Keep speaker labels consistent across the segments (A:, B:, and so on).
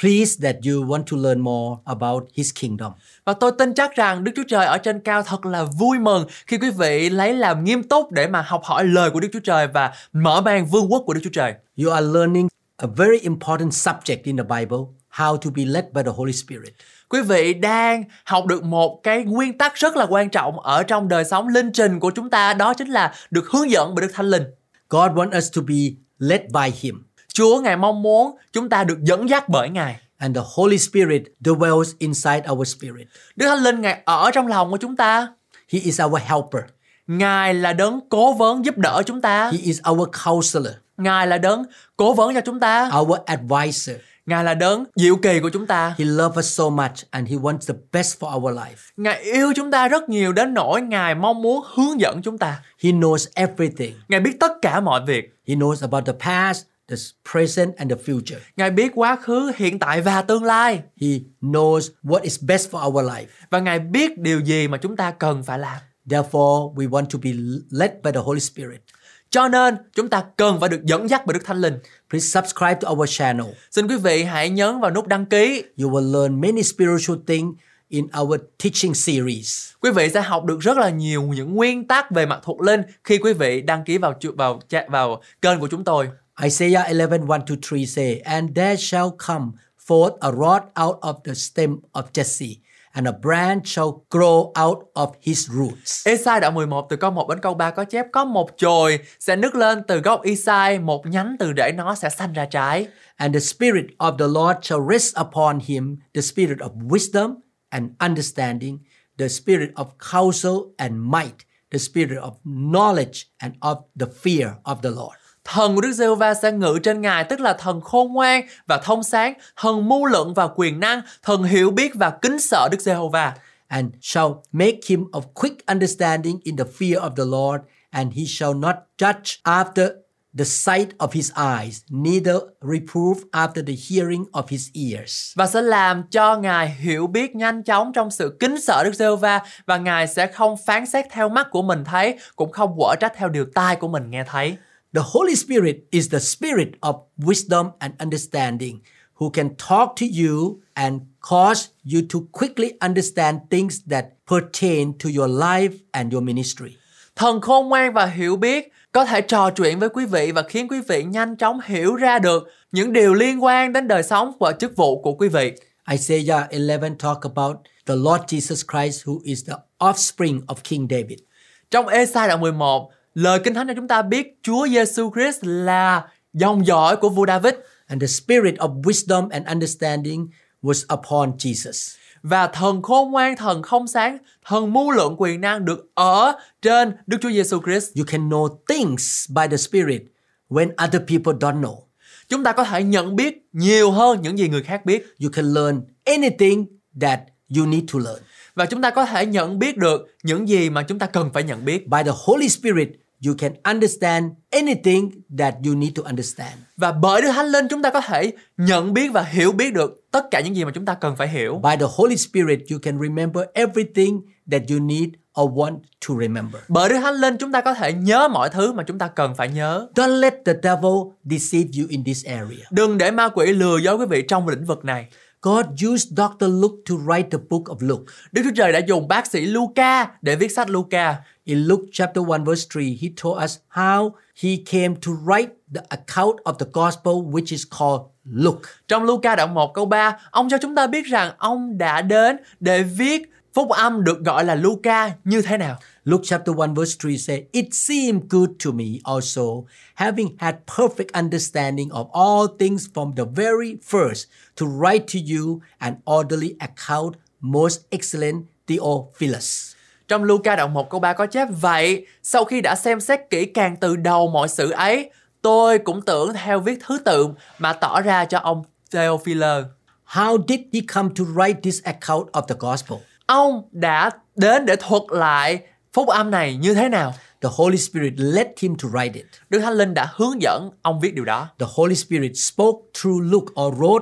A: pleased that you want to learn more about His kingdom.
B: Và tôi tin chắc rằng Đức Chúa Trời ở trên cao thật là vui mừng khi quý vị lấy làm nghiêm túc để mà học hỏi lời của Đức Chúa Trời và mở mang vương quốc của Đức Chúa Trời.
A: You are learning a very important subject in the Bible how to be led by the Holy Spirit.
B: Quý vị đang học được một cái nguyên tắc rất là quan trọng ở trong đời sống linh trình của chúng ta đó chính là được hướng dẫn bởi Đức Thánh Linh.
A: God wants us to be led by Him,
B: Chúa Ngài mong muốn chúng ta được dẫn dắt bởi Ngài.
A: and the Holy Spirit dwells inside our spirit.
B: Đức Thánh Linh Ngài ở trong lòng của chúng ta.
A: He is our helper,
B: Ngài là đấng cố vấn giúp đỡ chúng ta.
A: He is our counselor,
B: Ngài là đấng cố vấn cho chúng ta.
A: our advisor.
B: Ngài là đấng diệu kỳ của chúng ta.
A: He loves us so much and He wants the best for our life.
B: Ngài yêu chúng ta rất nhiều đến nỗi Ngài mong muốn hướng dẫn chúng ta.
A: He knows everything.
B: Ngài biết tất cả mọi việc.
A: He knows about the past, the present, and the future.
B: Ngài biết quá khứ, hiện tại và tương lai.
A: He knows what is best for our life.
B: Và Ngài biết điều gì mà chúng ta cần phải làm.
A: Therefore, we want to be led by the Holy Spirit.
B: Cho nên, chúng ta cần phải được dẫn dắt bởi Đức Thánh Linh.
A: Please subscribe to our channel.
B: Xin quý vị hãy nhấn vào nút đăng ký.
A: You will learn many spiritual things in our teaching series.
B: Quý vị sẽ học được rất là nhiều những nguyên tắc về mặt thuộc linh khi quý vị đăng ký vào chu- vào cha- vào kênh của chúng tôi.
A: Isaiah 11, 1 to 3 say, And there shall come forth a rod out of the stem of Jesse, and a branch shall grow out of his roots.
B: Esai đoạn 11 từ câu 1 đến câu 3 có chép có một chồi sẽ nứt lên từ gốc Esai, một nhánh từ rễ nó sẽ sanh ra trái.
A: And the Spirit of the Lord shall rest upon him the Spirit of wisdom and understanding, the Spirit of counsel and might, the Spirit of knowledge and of the fear of the Lord.
B: Thần của Đức giê va sẽ ngự trên ngài tức là thần khôn ngoan và thông sáng, thần mưu luận và quyền năng, thần hiểu biết và kính sợ Đức giê va
A: And shall make him of quick understanding in the fear of the Lord, and he shall not judge after the sight of his eyes, neither reprove after the hearing of his ears.
B: và sẽ làm cho ngài hiểu biết nhanh chóng trong sự kính sợ Đức giê va và ngài sẽ không phán xét theo mắt của mình thấy, cũng không quở trách theo điều tai của mình nghe thấy.
A: The Holy Spirit is the spirit of wisdom and understanding who can talk to you and cause you to quickly understand things that pertain to your life and your ministry.
B: Thần khôn ngoan và hiểu biết có thể trò chuyện với quý vị và khiến quý vị nhanh chóng hiểu ra được những điều liên quan đến đời sống và chức vụ của quý vị.
A: Isaiah 11 talk about the Lord Jesus Christ who is the offspring of King David.
B: Trong Esai đoạn 11, lời Kinh Thánh cho chúng ta biết Chúa Giêsu Christ là dòng dõi của vua David
A: And the spirit of wisdom and understanding was upon Jesus.
B: và thần khôn ngoan, thần không sáng, thần mưu lượng quyền năng được ở trên Đức Chúa Giêsu Christ.
A: You can know things by the spirit when other people don't know.
B: Chúng ta có thể nhận biết nhiều hơn những gì người khác biết
A: You can learn anything that you need to learn.
B: và chúng ta có thể nhận biết được những gì mà chúng ta cần phải nhận biết
A: By the Holy Spirit, you can understand anything that you need to understand.
B: và bởi Đức Thánh Linh chúng ta có thể nhận biết và hiểu biết được tất cả những gì mà chúng ta cần phải hiểu.
A: By the Holy Spirit, you can remember everything that you need or want to remember.
B: Bởi Đức Thánh Linh chúng ta có thể nhớ mọi thứ mà chúng ta cần phải nhớ.
A: Don't let the devil deceive you in this area.
B: Đừng để ma quỷ lừa dối quý vị trong lĩnh vực này.
A: God used Dr. Luke to write the book of Luke.
B: Đức Chúa Trời đã dùng bác sĩ Luca để viết sách Luca.
A: In Luke chapter 1 verse 3, he told us how he came to write the account of the gospel which is called Luke.
B: Trong Luca đoạn 1 câu 3, ông cho chúng ta biết rằng ông đã đến để viết phúc âm được gọi là Luca như thế nào.
A: Luke chapter 1 verse 3 says, It seemed good to me also, having had perfect understanding of all things from the very first, to write to you an orderly account, most excellent Theophilus.
B: Trong Luca đoạn 1 câu 3 có chép vậy, sau khi đã xem xét kỹ càng từ đầu mọi sự ấy, tôi cũng tưởng theo viết thứ tự mà tỏ ra cho ông Theophile.
A: How did he come to write this account of the gospel?
B: Ông đã đến để thuật lại phúc âm này như thế nào?
A: The Holy Spirit led him to write it.
B: Đức Thánh Linh đã hướng dẫn ông viết điều đó.
A: The Holy Spirit spoke through Luke or wrote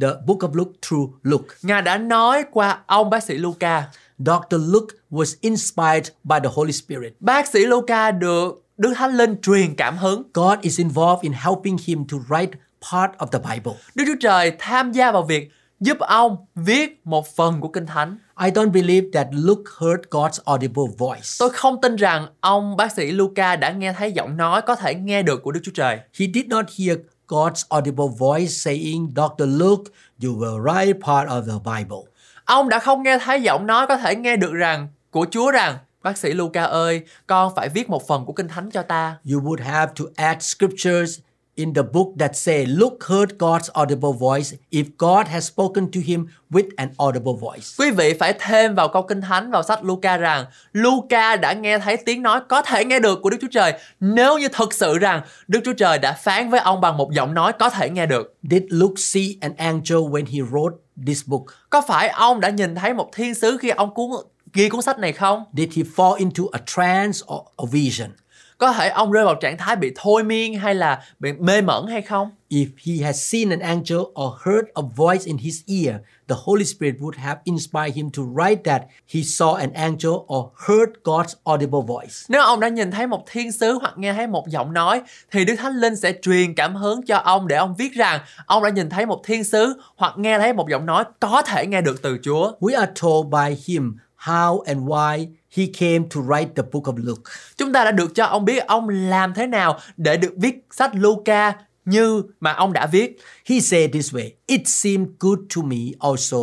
A: the book of Luke through Luke.
B: Ngài đã nói qua ông bác sĩ Luca.
A: Dr. Luke was inspired by the Holy Spirit.
B: Bác sĩ Luca được Đức Thánh Linh truyền cảm hứng.
A: God is involved in helping him to write part of the Bible.
B: Đức Chúa Trời tham gia vào việc giúp ông viết một phần của Kinh Thánh.
A: I don't believe that Luke heard God's audible voice.
B: Tôi không tin rằng ông bác sĩ Luca đã nghe thấy giọng nói có thể nghe được của Đức Chúa Trời.
A: He did not hear God's audible voice saying, Dr. Luke, you will write part of the Bible.
B: Ông đã không nghe thấy giọng nói có thể nghe được rằng của Chúa rằng Bác sĩ Luca ơi, con phải viết một phần của Kinh Thánh cho ta.
A: You would have to add scriptures in the book that say, Luke heard God's audible voice if God has spoken to him with an audible voice.
B: Quý vị phải thêm vào câu Kinh Thánh vào sách Luca rằng Luca đã nghe thấy tiếng nói có thể nghe được của Đức Chúa Trời nếu như thực sự rằng Đức Chúa Trời đã phán với ông bằng một giọng nói có thể nghe được.
A: Did Luke see an angel when he wrote this book?
B: Có phải ông đã nhìn thấy một thiên sứ khi ông cuốn ghi cuốn sách này không?
A: Did he fall into a trance or a vision?
B: Có thể ông rơi vào trạng thái bị thôi miên hay là bị mê mẩn hay không?
A: If he has seen an angel or heard a voice in his ear, the Holy Spirit would have inspired him to write that he saw an angel or heard God's audible voice.
B: Nếu ông đã nhìn thấy một thiên sứ hoặc nghe thấy một giọng nói thì Đức Thánh Linh sẽ truyền cảm hứng cho ông để ông viết rằng ông đã nhìn thấy một thiên sứ hoặc nghe thấy một giọng nói có thể nghe được từ Chúa.
A: We are told by him how and why he came to write the book of Luke.
B: Chúng ta đã được cho ông biết ông làm thế nào để được viết sách Luca như mà ông đã viết.
A: He said this way It seemed good to me also,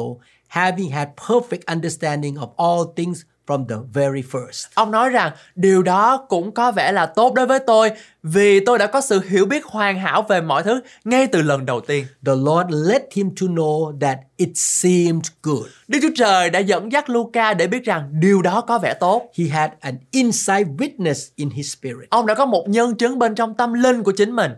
A: having had perfect understanding of all things from the very first.
B: Ông nói rằng điều đó cũng có vẻ là tốt đối với tôi vì tôi đã có sự hiểu biết hoàn hảo về mọi thứ ngay từ lần đầu tiên.
A: The Lord led him to know that it seemed good.
B: Đức Chúa Trời đã dẫn dắt Luca để biết rằng điều đó có vẻ tốt.
A: He had an inside witness in his spirit.
B: Ông đã có một nhân chứng bên trong tâm linh của chính mình.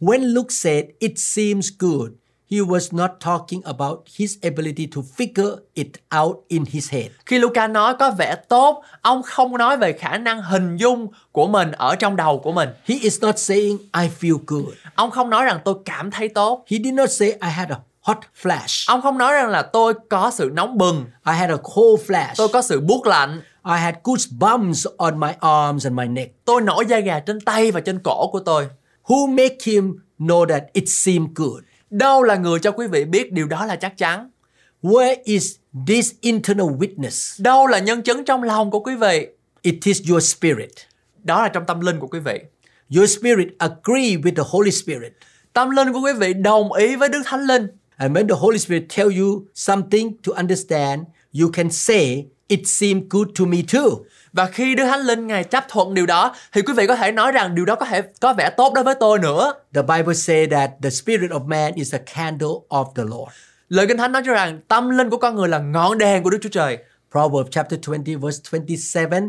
A: When Luke said, It seems good, he was not talking about his ability to figure it out in his head.
B: Khi Luca nói có vẻ tốt, ông không nói về khả năng hình dung của mình ở trong đầu của mình.
A: He is not saying, I feel good.
B: Ông không nói rằng tôi cảm thấy tốt.
A: He did not say, I had a hot flash.
B: Ông không nói rằng là tôi có sự nóng bừng,
A: I had a cold flash.
B: tôi có sự buốt lạnh,
A: I had goosebumps on my arms and my neck.
B: tôi nổi da gà trên tay và trên cổ của tôi.
A: Who make him know that it seemed good?
B: Đâu là người cho quý vị biết điều đó là chắc chắn?
A: Where is this internal witness?
B: Đâu là nhân chứng trong lòng của quý vị?
A: It is your spirit.
B: Đó là trong tâm linh của quý vị.
A: Your spirit agree with the Holy Spirit.
B: Tâm linh của quý vị đồng ý với Đức Thánh Linh.
A: And when the Holy Spirit tell you something to understand, you can say, it seemed good to me too.
B: Và khi Đức Thánh Linh Ngài chấp thuận điều đó thì quý vị có thể nói rằng điều đó có thể có vẻ tốt đối với tôi nữa.
A: The Bible say that the spirit of man is a candle of the Lord.
B: Lời Kinh Thánh nói cho rằng tâm linh của con người là ngọn đèn của Đức Chúa Trời.
A: Proverbs chapter 20 verse 27,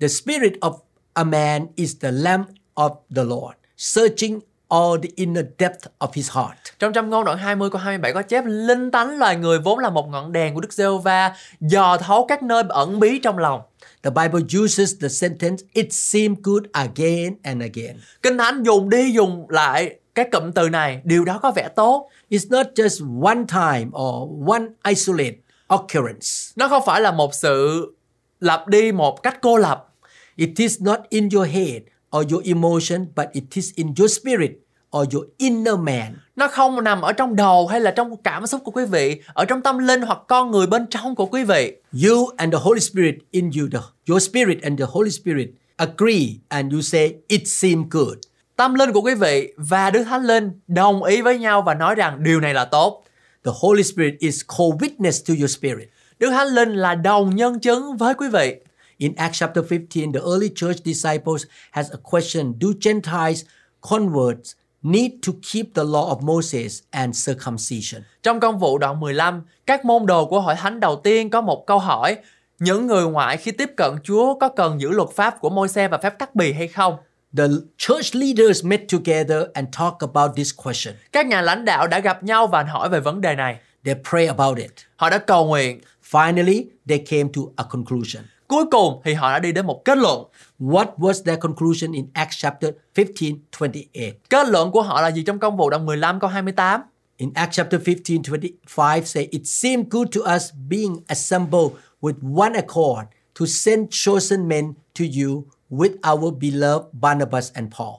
A: the spirit of a man is the lamp of the Lord, searching all the inner depth of his heart.
B: Trong trăm ngôn đoạn 20 câu 27 có chép linh tánh loài người vốn là một ngọn đèn của Đức giê va dò thấu các nơi ẩn bí trong lòng.
A: The Bible uses the sentence it seemed good again and again.
B: Kinh Thánh dùng đi dùng lại cái cụm từ này, điều đó có vẻ tốt.
A: It's not just one time or one isolate occurrence.
B: Nó không phải là một sự lặp đi một cách cô lập.
A: It is not in your head or your emotion, but it is in your spirit or your inner man.
B: Nó không nằm ở trong đầu hay là trong cảm xúc của quý vị, ở trong tâm linh hoặc con người bên trong của quý vị.
A: You and the Holy Spirit in you, the, your spirit and the Holy Spirit agree and you say it seemed good.
B: Tâm linh của quý vị và Đức Thánh Linh đồng ý với nhau và nói rằng điều này là tốt.
A: The Holy Spirit is co-witness to your spirit.
B: Đức Thánh Linh là đồng nhân chứng với quý vị.
A: In Acts chapter 15, the early church disciples has a question, do Gentiles converts need to keep the law of Moses and circumcision?
B: Trong công vụ đoạn 15, các môn đồ của hội thánh đầu tiên có một câu hỏi Những người ngoại khi tiếp cận Chúa có cần giữ luật pháp của môi xe và phép cắt bì hay không?
A: The church leaders met together and talked about this question.
B: Các nhà lãnh đạo đã gặp nhau và hỏi về vấn đề này.
A: They pray about it.
B: Họ đã cầu nguyện.
A: Finally, they came to a conclusion.
B: Cuối cùng thì họ đã đi đến một kết luận.
A: What was their conclusion in Acts chapter 15, 28?
B: Kết luận của họ là gì trong công vụ đoạn 15 câu 28?
A: In Acts chapter 15, 25, say, It seemed good to us being assembled with one accord to send chosen men to you with our beloved Barnabas and Paul.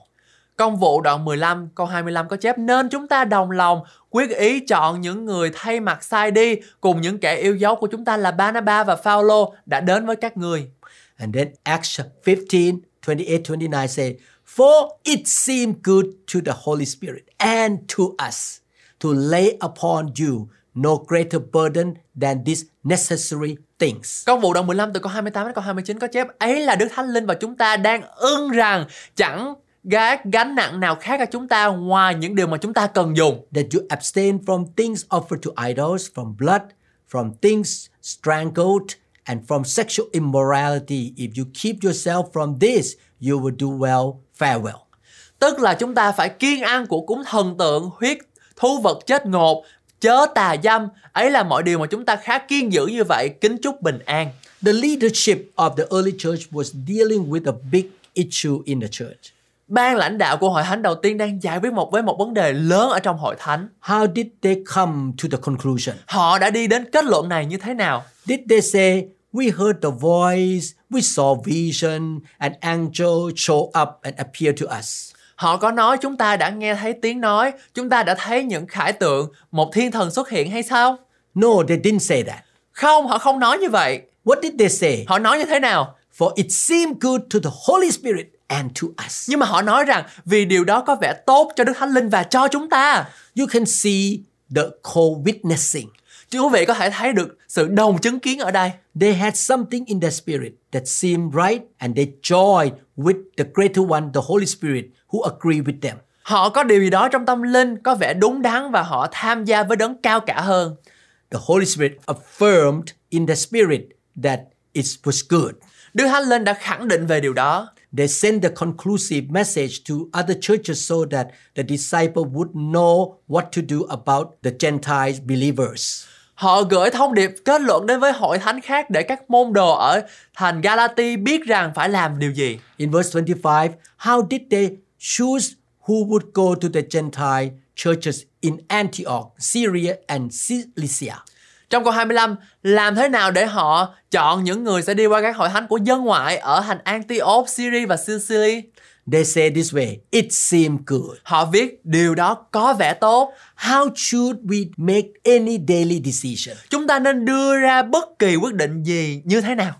B: Công vụ đoạn 15 câu 25 có chép nên chúng ta đồng lòng quyết ý chọn những người thay mặt sai đi cùng những kẻ yêu dấu của chúng ta là Barnabas và Phaolô đã đến với các người.
A: And then Acts 15, 28, 29 say, For it seemed good to the Holy Spirit and to us to lay upon you no greater burden than these necessary things.
B: Công vụ đoạn 15 từ câu 28 đến câu 29 có chép ấy là Đức Thánh Linh và chúng ta đang ưng rằng chẳng gác gánh nặng nào khác cho chúng ta ngoài những điều mà chúng ta cần dùng.
A: that you abstain from things offered to idols, from blood, from things strangled, and from sexual immorality. If you keep yourself from this, you will do well. Farewell.
B: Tức là chúng ta phải kiêng ăn của cúng thần tượng, huyết, thú vật chết ngột, chớ tà dâm. Ấy là mọi điều mà chúng ta khá kiên giữ như vậy. Kính chúc bình an.
A: The leadership of the early church was dealing with a big issue in the church.
B: Ban lãnh đạo của hội thánh đầu tiên đang giải quyết một với một vấn đề lớn ở trong hội thánh.
A: How did they come to the conclusion?
B: Họ đã đi đến kết luận này như thế nào?
A: Did they say, We heard the voice, we saw vision, an angel show up and appeared to us?
B: Họ có nói chúng ta đã nghe thấy tiếng nói, chúng ta đã thấy những khải tượng, một thiên thần xuất hiện hay sao?
A: No, they didn't say that.
B: Không, họ không nói như vậy.
A: What did they say?
B: Họ nói như thế nào?
A: For it seemed good to the Holy Spirit and to us.
B: Nhưng mà họ nói rằng vì điều đó có vẻ tốt cho Đức Thánh Linh và cho chúng ta.
A: You can see the co-witnessing.
B: Chứ quý vị có thể thấy được sự đồng chứng kiến ở đây.
A: They had something in their spirit that seemed right and they joined with the greater one, the Holy Spirit, who agreed with them.
B: Họ có điều gì đó trong tâm linh có vẻ đúng đắn và họ tham gia với đấng cao cả hơn.
A: The Holy Spirit affirmed in the spirit that it was good.
B: Đức Thánh Linh đã khẳng định về điều đó.
A: They sent the conclusive message to other churches so that the disciple would know what to do about the Gentile believers.
B: Họ gửi thông điệp kết luận đến với hội thánh khác để các môn đồ ở thành Galati biết rằng phải làm điều gì.
A: In verse 25, how did they choose who would go to the Gentile churches in Antioch, Syria, and Cilicia?
B: Trong câu 25, làm thế nào để họ chọn những người sẽ đi qua các hội thánh của dân ngoại ở thành Antioch, Syria và Sicily?
A: They say this way It seemed good.
B: Họ viết điều đó có vẻ tốt.
A: How should we make any daily decision?
B: Chúng ta nên đưa ra bất kỳ quyết định gì như thế nào?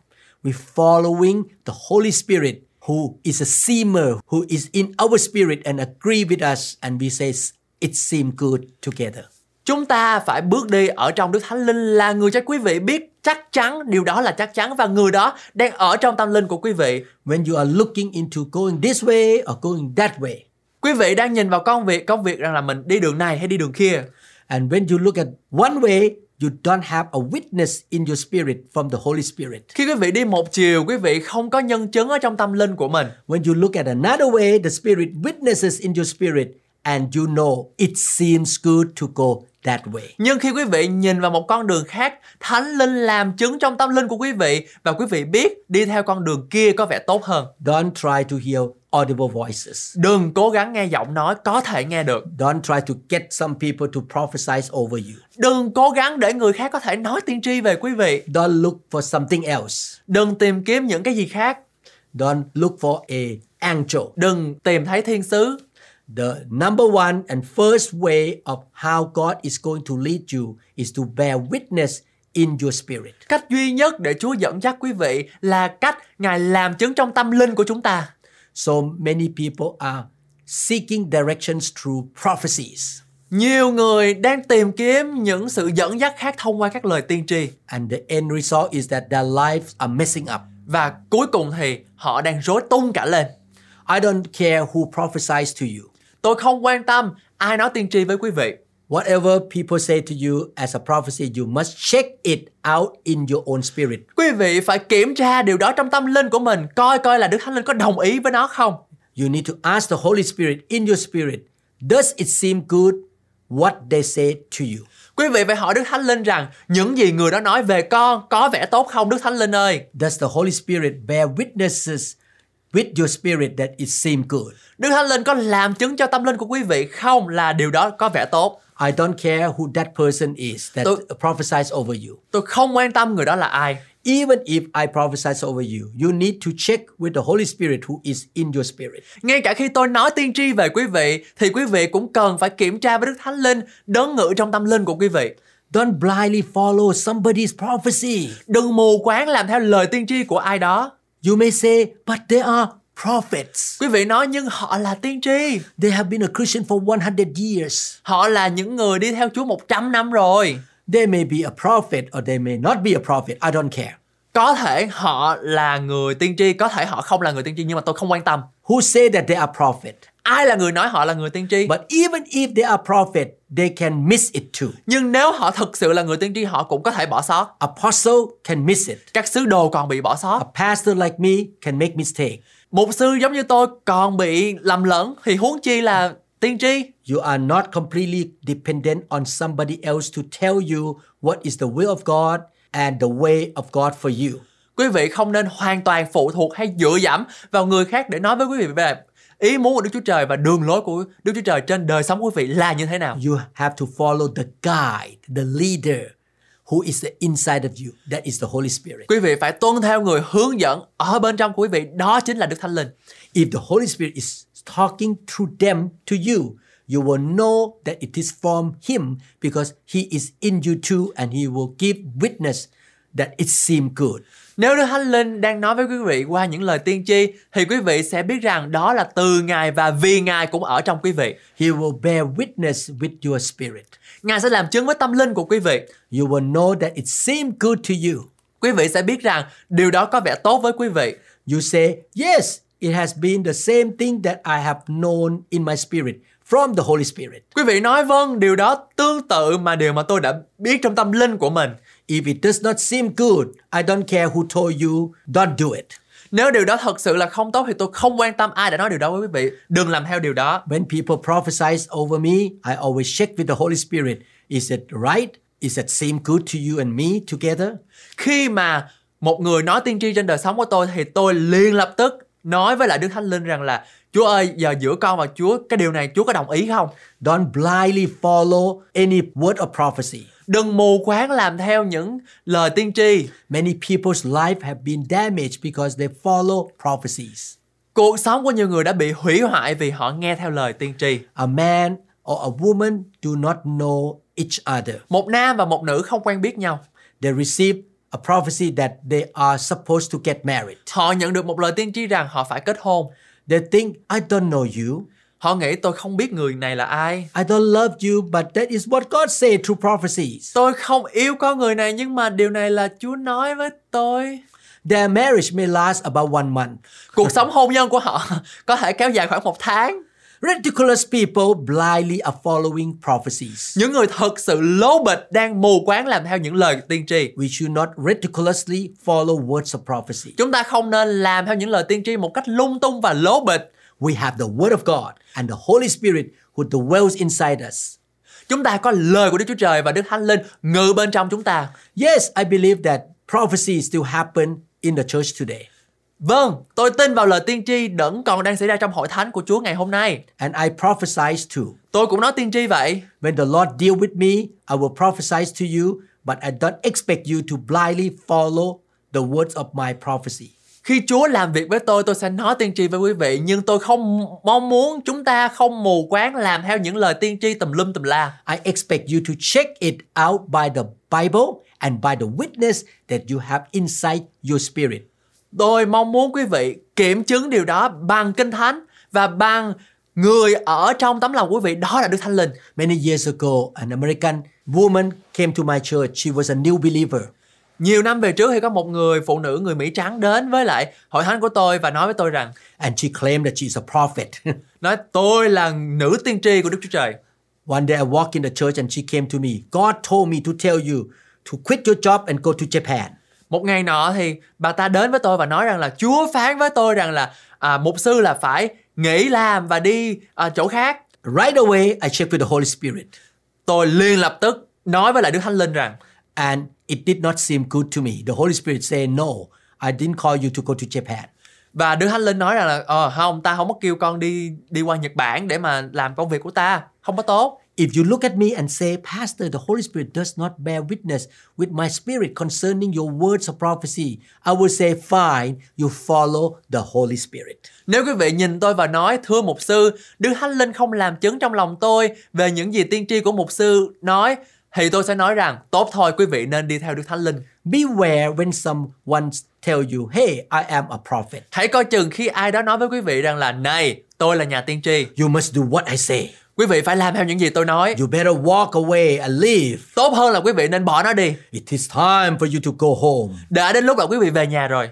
A: We're following the Holy Spirit, who is a seamer, who is in our spirit and agree with us, and we say it seemed good together.
B: Chúng ta phải bước đi ở trong Đức Thánh Linh là người cho quý vị biết chắc chắn điều đó là chắc chắn và người đó đang ở trong tâm linh của quý vị.
A: When you are looking into going this way or going that way,
B: Quý vị đang nhìn vào công việc, công việc rằng là mình đi đường này hay đi đường kia.
A: And when you look at one way, you don't have a witness in your spirit from the Holy Spirit.
B: Khi quý vị đi một chiều, quý vị không có nhân chứng ở trong tâm linh của mình.
A: When you look at another way, the Spirit witnesses in your spirit, and you know it seems good to go that way.
B: Nhưng khi quý vị nhìn vào một con đường khác, Thánh Linh làm chứng trong tâm linh của quý vị và quý vị biết đi theo con đường kia có vẻ tốt hơn.
A: Don't try to hear audible voices.
B: Đừng cố gắng nghe giọng nói có thể nghe được.
A: Don't try to get some people to prophesize over you.
B: Đừng cố gắng để người khác có thể nói tiên tri về quý vị.
A: Don't look for something else.
B: Đừng tìm kiếm những cái gì khác.
A: Don't look for a angel.
B: Đừng tìm thấy thiên sứ.
A: The number one and first way of how God is going to lead you is to bear witness in your spirit.
B: Cách duy nhất để Chúa dẫn dắt quý vị là cách Ngài làm chứng trong tâm linh của chúng ta.
A: So many people are seeking directions through prophecies.
B: Nhiều người đang tìm kiếm những sự dẫn dắt khác thông qua các lời tiên tri
A: And the end result is that their lives are messing up.
B: và cuối cùng thì họ đang rối tung cả lên.
A: I don't care who prophesies to you.
B: Tôi không quan tâm ai nói tiên tri với quý vị.
A: Whatever people say to you as a prophecy, you must check it out in your own spirit.
B: Quý vị phải kiểm tra điều đó trong tâm linh của mình, coi coi là Đức Thánh Linh có đồng ý với nó không.
A: You need to ask the Holy Spirit in your spirit, does it seem good what they say to you?
B: Quý vị phải hỏi Đức Thánh Linh rằng những gì người đó nói về con có vẻ tốt không Đức Thánh Linh ơi?
A: Does the Holy Spirit bear witnesses with your spirit that it seemed good?
B: Đức Thánh Linh có làm chứng cho tâm linh của quý vị không là điều đó có vẻ tốt?
A: I don't care who that person is that
B: Tôi-
A: prophesies over you.
B: Tôi không quan tâm người đó là ai.
A: Even if I prophesize over you, you need to check with the Holy Spirit who is in your spirit.
B: Ngay cả khi tôi nói tiên tri về quý vị thì quý vị cũng cần phải kiểm tra với Đức Thánh Linh đấng ngự trong tâm linh của quý vị.
A: Don't blindly follow somebody's prophecy.
B: Đừng mù quáng làm theo lời tiên tri của ai đó.
A: You may say, but they are prophets.
B: Quý vị nói nhưng họ là tiên tri.
A: They have been a Christian for 100 years.
B: Họ là những người đi theo Chúa 100 năm rồi.
A: They may be a prophet or they may not be a prophet. I don't care.
B: Có thể họ là người tiên tri, có thể họ không là người tiên tri nhưng mà tôi không quan tâm.
A: Who say that they are prophet?
B: Ai là người nói họ là người tiên tri?
A: But even if they are prophet, they can miss it too.
B: Nhưng nếu họ thực sự là người tiên tri họ cũng có thể bỏ sót.
A: Apostle can miss it.
B: Các sứ đồ còn bị bỏ sót.
A: A pastor like me can make mistake.
B: Mục sư giống như tôi còn bị lầm lẫn thì huống chi là tiên tri.
A: You are not completely dependent on somebody else to tell you what is the will of God and the way of God for you.
B: Quý vị không nên hoàn toàn phụ thuộc hay dựa dẫm vào người khác để nói với quý vị về ý muốn của Đức Chúa Trời và đường lối của Đức Chúa Trời trên đời sống của quý vị là như thế nào.
A: You have to follow the guide, the leader who is the inside of you. That is the Holy Spirit.
B: Quý vị phải tuân theo người hướng dẫn ở bên trong của quý vị, đó chính là Đức Thánh Linh.
A: If the Holy Spirit is talking through them to you, you will know that it is from him because he is in you too and he will give witness that it seemed good.
B: Nếu Đức Thánh Linh đang nói với quý vị qua những lời tiên tri thì quý vị sẽ biết rằng đó là từ Ngài và vì Ngài cũng ở trong quý vị.
A: He will bear witness with your spirit.
B: Ngài sẽ làm chứng với tâm linh của quý vị.
A: You will know that it seemed good to you.
B: Quý vị sẽ biết rằng điều đó có vẻ tốt với quý vị.
A: You say, Yes, it has been the same thing that I have known in my spirit from the Holy Spirit.
B: Quý vị nói vâng, điều đó tương tự mà điều mà tôi đã biết trong tâm linh của mình.
A: If it does not seem good, I don't care who told you, don't do it.
B: Nếu điều đó thật sự là không tốt thì tôi không quan tâm ai đã nói điều đó với quý vị. Đừng làm theo điều đó.
A: When people prophesize over me, I always check with the Holy Spirit. Is it right? Is it seem good to you and me together?
B: Khi mà một người nói tiên tri trên đời sống của tôi thì tôi liền lập tức nói với lại Đức Thánh Linh rằng là Chúa ơi, giờ giữa con và Chúa, cái điều này Chúa có đồng ý không?
A: Don't blindly follow any word of prophecy.
B: Đừng mù quáng làm theo những lời tiên tri.
A: Many people's life have been damaged because they follow prophecies.
B: Cuộc sống của nhiều người đã bị hủy hoại vì họ nghe theo lời tiên tri.
A: A man or a woman do not know each other.
B: Một nam và một nữ không quen biết nhau.
A: They receive a prophecy that they are supposed to get married.
B: Họ nhận được một lời tiên tri rằng họ phải kết hôn.
A: They think, I don't know you.
B: Họ nghĩ tôi không biết người này là ai.
A: I don't love you, but that is what God said through prophecies.
B: Tôi không yêu con người này nhưng mà điều này là Chúa nói với tôi.
A: Their marriage may last about one month.
B: Cuộc sống hôn nhân của họ có thể kéo dài khoảng một tháng.
A: Ridiculous people blindly are following prophecies.
B: Những người thật sự lố bịch đang mù quáng làm theo những lời tiên tri.
A: We should not ridiculously follow words of prophecy.
B: Chúng ta không nên làm theo những lời tiên tri một cách lung tung và lố bịch.
A: We have the Word of God and the Holy Spirit who dwells inside us.
B: Chúng ta có lời của Đức Chúa Trời và Đức Thánh Linh ngự bên trong chúng ta.
A: Yes, I believe that prophecies still happen in the church today.
B: Vâng, tôi tin vào lời tiên tri đẫn còn đang xảy ra trong hội thánh của Chúa ngày hôm nay.
A: And I prophesize too.
B: Tôi cũng nói tiên tri vậy.
A: When the Lord deal with me, I will prophesize to you, but I don't expect you to blindly follow the words of my prophecy.
B: Khi Chúa làm việc với tôi, tôi sẽ nói tiên tri với quý vị, nhưng tôi không mong muốn chúng ta không mù quáng làm theo những lời tiên tri tùm lum tùm la.
A: I expect you to check it out by the Bible and by the witness that you have inside your spirit.
B: Tôi mong muốn quý vị kiểm chứng điều đó bằng Kinh Thánh và bằng người ở trong tấm lòng quý vị, đó là Đức Thánh Linh.
A: Many years ago, an American woman came to my church. She was a new believer.
B: Nhiều năm về trước thì có một người phụ nữ người Mỹ trắng đến với lại hội thánh của tôi và nói với tôi rằng
A: And she claimed that she's a prophet.
B: nói tôi là nữ tiên tri của Đức Chúa Trời.
A: One day I walked in the church and she came to me. God told me to tell you to quit your job and go to Japan.
B: Một ngày nọ thì bà ta đến với tôi và nói rằng là Chúa phán với tôi rằng là à, mục sư là phải nghỉ làm và đi à, chỗ khác.
A: Right away, I checked with the Holy Spirit.
B: Tôi liền lập tức nói với lại Đức Thánh Linh rằng
A: and it did not seem good to me. The Holy Spirit said, No, I didn't call you to go to Japan.
B: và Đức Thánh Linh nói rằng là ờ không ta không có kêu con đi đi qua Nhật Bản để mà làm công việc của ta không có tốt
A: If you look at me and say, Pastor, the Holy Spirit does not bear witness with my spirit concerning your words of prophecy, I will say, Fine, you follow the Holy Spirit.
B: Nếu quý vị nhìn tôi và nói thưa mục sư, Đức Thánh Linh không làm chứng trong lòng tôi về những gì tiên tri của mục sư nói thì tôi sẽ nói rằng tốt thôi quý vị nên đi theo Đức Thánh Linh.
A: Beware when someone tell you, Hey, I am a prophet.
B: Hãy coi chừng khi ai đó nói với quý vị rằng là này, tôi là nhà tiên tri.
A: You must do what I say.
B: Quý vị phải làm theo những gì tôi nói.
A: You better walk away and leave.
B: Tốt hơn là quý vị nên bỏ nó đi.
A: It is time for you to go home.
B: Đã đến lúc là quý vị về nhà rồi.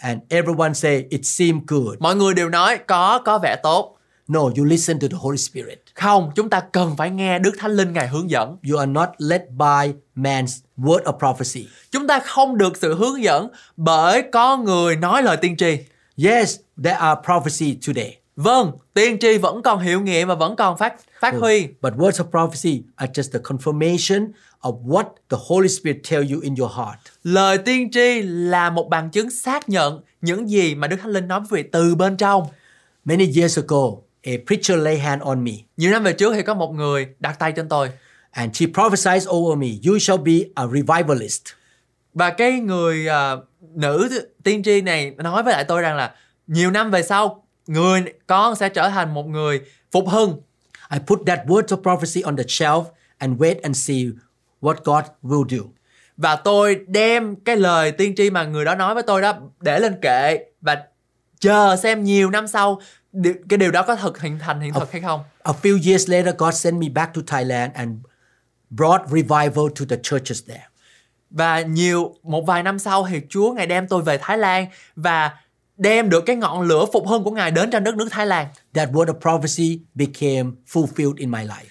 A: And everyone say, It seemed good.
B: Mọi người đều nói có có vẻ tốt.
A: No, you listen to the Holy Spirit.
B: Không, chúng ta cần phải nghe Đức Thánh Linh ngài hướng dẫn.
A: you are not led by man's word of prophecy.
B: Chúng ta không được sự hướng dẫn bởi có người nói lời tiên tri.
A: Yes, there are prophecy today,
B: Vâng, tiên tri vẫn còn hiệu nghiệm và vẫn còn phát phát
A: Ừ.
B: huy.
A: but words of prophecy are just the confirmation of what the Holy Spirit tell you in your heart.
B: Lời tiên tri là một bằng chứng xác nhận những gì mà Đức Thánh Linh nói với vị từ bên trong.
A: Many years ago, a preacher lay hand on me
B: Nhiều năm về trước thì có một người đặt tay trên tôi
A: and she prophesied over me, you shall be a revivalist.
B: và cái người à, nữ tiên tri này nói với lại tôi rằng là nhiều năm về sau người con sẽ trở thành một người phục hưng.
A: I put that word of prophecy on the shelf and wait and see what God will do.
B: Và tôi đem cái lời tiên tri mà người đó nói với tôi đó để lên kệ và chờ xem nhiều năm sau điều, cái điều đó có thực hiện thành hiện thực hay không.
A: A few years later, God sent me back to Thailand and brought revival to the churches there.
B: Và nhiều một vài năm sau thì Chúa ngài đem tôi về Thái Lan và đem được cái ngọn lửa phục hưng của ngài đến trên đất nước Thái Lan.
A: that word of prophecy became fulfilled in my life.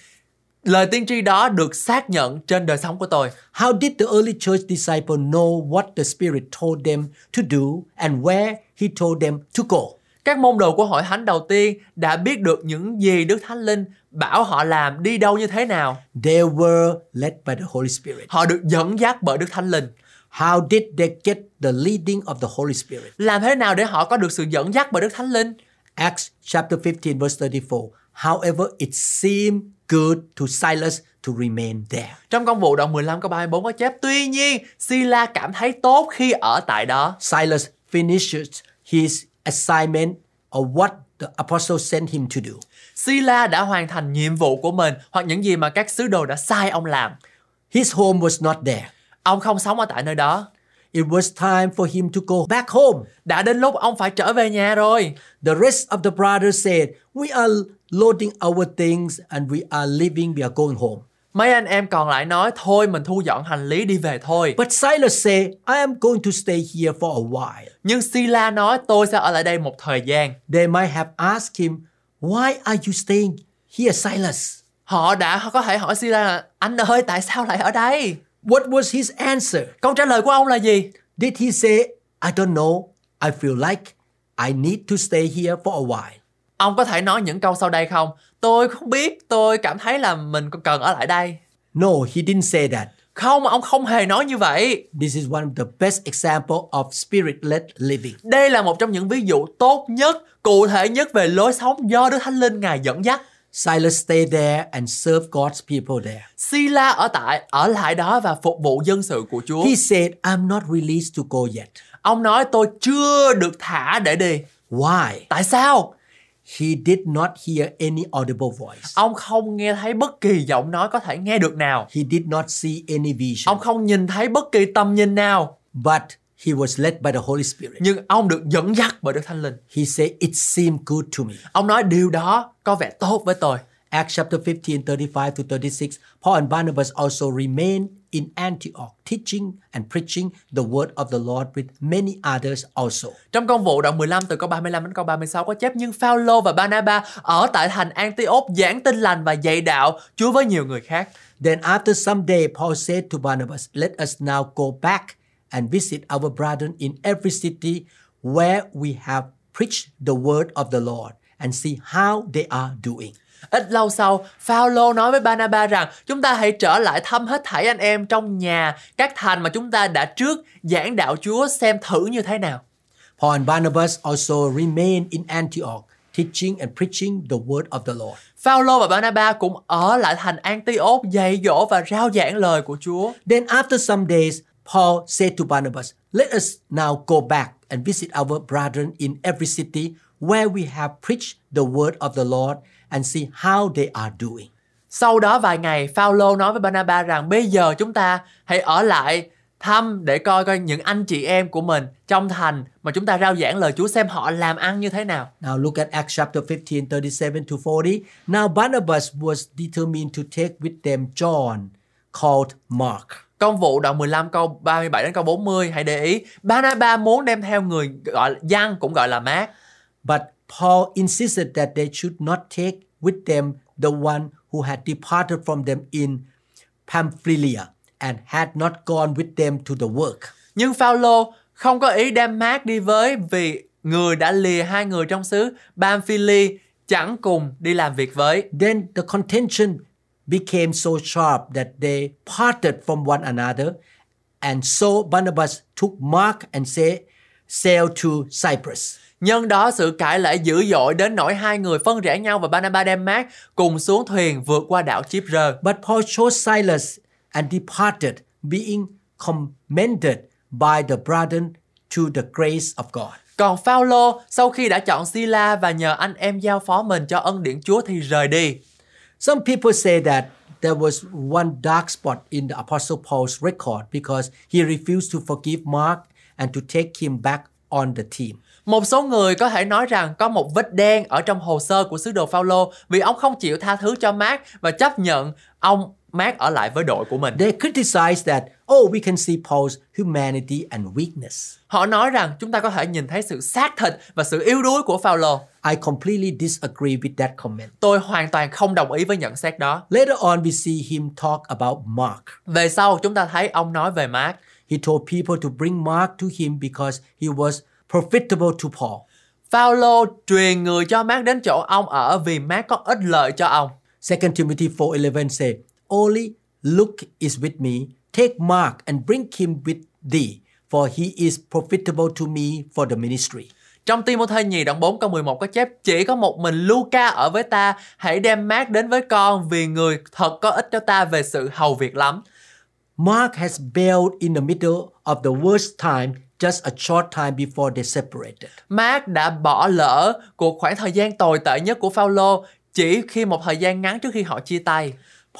B: Lời tiên tri đó được xác nhận trên đời sống của tôi.
A: How did the early church disciple know what the Spirit told them to do and where He told them to go?
B: Các môn đồ của hội thánh đầu tiên đã biết được những gì Đức Thánh Linh bảo họ làm đi đâu như thế nào.
A: They were led by the Holy Spirit.
B: Họ được dẫn dắt bởi Đức Thánh Linh.
A: How did they get the leading of the Holy Spirit?
B: Làm thế nào để họ có được sự dẫn dắt bởi Đức Thánh Linh?
A: Acts chapter 15, verse 34. However, it seemed good to Silas to remain there.
B: Trong công vụ đoạn 15 câu 34 có chép Tuy nhiên, Sila cảm thấy tốt khi ở tại đó.
A: Silas finishes his assignment of what the apostle sent him to do.
B: Sila đã hoàn thành nhiệm vụ của mình hoặc những gì mà các sứ đồ đã sai ông làm.
A: His home was not there.
B: Ông không sống ở tại nơi đó.
A: It was time for him to go back home.
B: Đã đến lúc ông phải trở về nhà rồi.
A: The rest of the brothers said, We are loading our things and we are leaving, we are going home.
B: Mấy anh em còn lại nói thôi mình thu dọn hành lý đi về thôi.
A: But Silas said, I am going to stay here for a while.
B: Nhưng Sila nói tôi sẽ ở lại đây một thời gian.
A: They might have asked him, Why are you staying here, Silas?
B: Họ đã có thể hỏi Sila là anh ơi tại sao lại ở đây?
A: What was his answer?
B: Câu trả lời của ông là gì?
A: Did he say, I don't know, I feel like I need to stay here for a while?
B: Ông có thể nói những câu sau đây không? Tôi không biết, tôi cảm thấy là mình cần ở lại đây.
A: No, he didn't say that.
B: Không, ông không hề nói như vậy.
A: This is one of the best example of spirit-led living.
B: Đây là một trong những ví dụ tốt nhất, cụ thể nhất về lối sống do Đức Thánh Linh Ngài dẫn dắt.
A: Silas stayed there and served God's people there.
B: Sila ở tại ở lại đó và phục vụ dân sự của Chúa.
A: He said, I'm not released to go yet.
B: Ông nói tôi chưa được thả để đi.
A: Why?
B: Tại sao?
A: He did not hear any audible voice.
B: Ông không nghe thấy bất kỳ giọng nói có thể nghe được nào.
A: He did not see any vision.
B: Ông không nhìn thấy bất kỳ tầm nhìn nào.
A: But he was led by the Holy Spirit.
B: Nhưng ông được dẫn dắt bởi Đức Thánh Linh.
A: He said, It seemed good to me.
B: Ông nói điều đó có vẻ tốt với tôi.
A: Acts chapter 15, 35 to 36. Paul and Barnabas also remained in Antioch, teaching and preaching the word of the Lord with many others also.
B: Trong công vụ đoạn 15 từ câu 35 đến câu 36 có chép nhưng Phao-lô và Ba-na-ba ở tại thành Antioch giảng tin lành và dạy đạo Chúa với nhiều người khác.
A: Then after some day, Paul said to Barnabas, Let us now go back and visit our brethren in every city where we have preached the word of the Lord and see how they are doing.
B: Ít lâu sau, Phaolô nói với Barnabas rằng chúng ta hãy trở lại thăm hết thảy anh em trong nhà các thành mà chúng ta đã trước giảng đạo Chúa xem thử như thế nào.
A: Paul and Barnabas also remained in Antioch, teaching and preaching the word of the Lord.
B: Phaolô và Barnabas cũng ở lại thành Antioch dạy dỗ và rao giảng lời của Chúa.
A: Then, after some days, Paul said to Barnabas, Let us now go back and visit our brethren in every city where we have preached the word of the Lord and see how they are doing.
B: Sau đó vài ngày, Phaolô nói với Barnabas rằng bây giờ chúng ta hãy ở lại thăm để coi coi những anh chị em của mình trong thành mà chúng ta rao giảng lời Chúa xem họ làm ăn như thế nào.
A: Now, look at Acts chapter 15, 37 to 40. Now, Barnabas was determined to take with them John, called Mark.
B: Công vụ đoạn 15 câu 37 đến câu 40 hãy để ý Barnabas muốn đem theo người gọi là Giăng cũng gọi là Mát.
A: But Paul insisted that they should not take with them the one who had departed from them in Pamphylia and had not gone with them to the work.
B: Nhưng Phaolô không có ý đem Mát đi với vì người đã lìa hai người trong xứ Pamphili chẳng cùng đi làm việc với.
A: Then the contention became so sharp that they parted from one another. And so Barnabas took Mark and say, sailed to Cyprus.
B: Nhân đó sự cãi lẽ dữ dội đến nỗi hai người phân rẽ nhau và Barnabas đem Mát cùng xuống thuyền vượt qua đảo Chipre.
A: But Paul chose Silas and departed, being commended by the brethren to the grace of God.
B: Còn Phaolô sau khi đã chọn Sila và nhờ anh em giao phó mình cho ân điển Chúa thì rời đi.
A: Some people say that there was one dark spot in the Apostle Paul's record because he refused to forgive Mark and to take him back on the team.
B: Một số người có thể nói rằng có một vết đen ở trong hồ sơ của sứ đồ Phaolô vì ông không chịu tha thứ cho Mát và chấp nhận ông Mát ở lại với đội của mình.
A: They criticized that, oh, we can see Paul's humanity and weakness.
B: Họ nói rằng chúng ta có thể nhìn thấy sự xác thịt và sự yếu đuối của Phaolô.
A: I completely disagree with that comment.
B: Tôi hoàn toàn không đồng ý với nhận xét đó.
A: Later on, we see him talk about Mark.
B: Về sau chúng ta thấy ông nói về Mát.
A: He told people to bring Mark to him because he was profitable to Paul.
B: Phaolô truyền người cho Mát đến chỗ ông ở vì Mát có ích lợi cho ông.
A: 2 Timothy 4:11 say, "Only Luke is with me. Take Mark and bring him with thee, for he is profitable to me for the ministry."
B: Trong Timôthê nhì đoạn 4 câu 11 có chép chỉ có một mình Luca ở với ta, hãy đem Mát đến với con vì người thật có ích cho ta về sự hầu việc lắm.
A: Mark has bailed in the middle of the worst time just a short time before they separated.
B: Mark đã bỏ lỡ cuộc khoảng thời gian tồi tệ nhất của Phaolô chỉ khi một thời gian ngắn trước khi họ chia tay.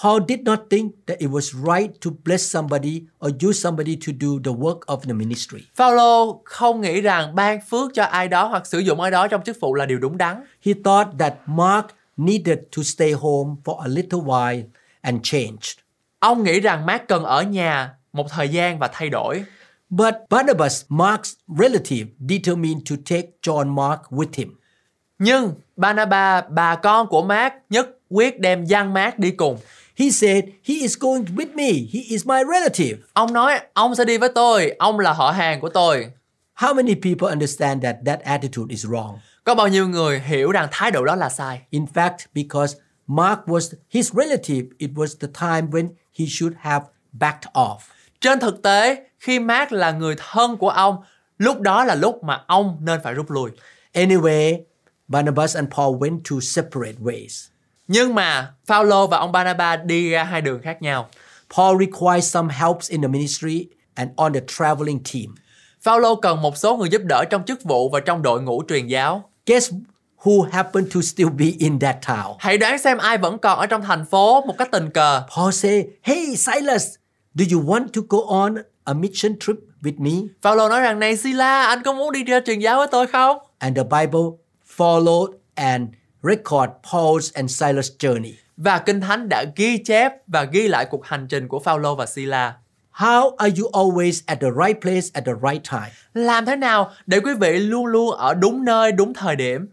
A: Paul did not think that it was right to bless somebody or use somebody to do the work of the ministry.
B: Phaolô không nghĩ rằng ban phước cho ai đó hoặc sử dụng ai đó trong chức vụ là điều đúng đắn.
A: He thought that Mark needed to stay home for a little while and changed.
B: Ông nghĩ rằng Mark cần ở nhà một thời gian và thay đổi.
A: But Barnabas, Mark's relative, determined to take John Mark with him.
B: Nhưng Barnabas, bà con của Mark, nhất quyết đem giăng Mark đi cùng.
A: He said, He is going with me. He is my relative.
B: Ông nói, ông sẽ đi với tôi, ông là họ hàng của tôi.
A: How many people understand that that attitude is wrong?
B: Có bao nhiêu người hiểu rằng thái độ đó là sai?
A: In fact, because Mark was his relative, it was the time when he should have backed off.
B: Trên thực tế, khi Mark là người thân của ông, lúc đó là lúc mà ông nên phải rút lui.
A: Anyway, Barnabas and Paul went to separate ways.
B: Nhưng mà Paulo và ông Barnabas đi ra hai đường khác nhau.
A: Paul required some helps in the ministry and on the traveling team.
B: Paulo cần một số người giúp đỡ trong chức vụ và trong đội ngũ truyền giáo.
A: Guess who happened to still be in that town?
B: Hãy đoán xem ai vẫn còn ở trong thành phố một cách tình cờ.
A: Paul said, Hey, Silas, do you want to go on a mission trip with me?
B: Paulo nói rằng này Sila, anh có muốn đi ra truyền giáo với tôi không?
A: And the Bible followed and record Paul's and Silas' journey.
B: Và Kinh Thánh đã ghi chép và ghi lại cuộc hành trình của Paulo và Sila.
A: How are you always at the right place at the right time?
B: Làm thế nào để quý vị luôn luôn ở đúng nơi, đúng thời điểm?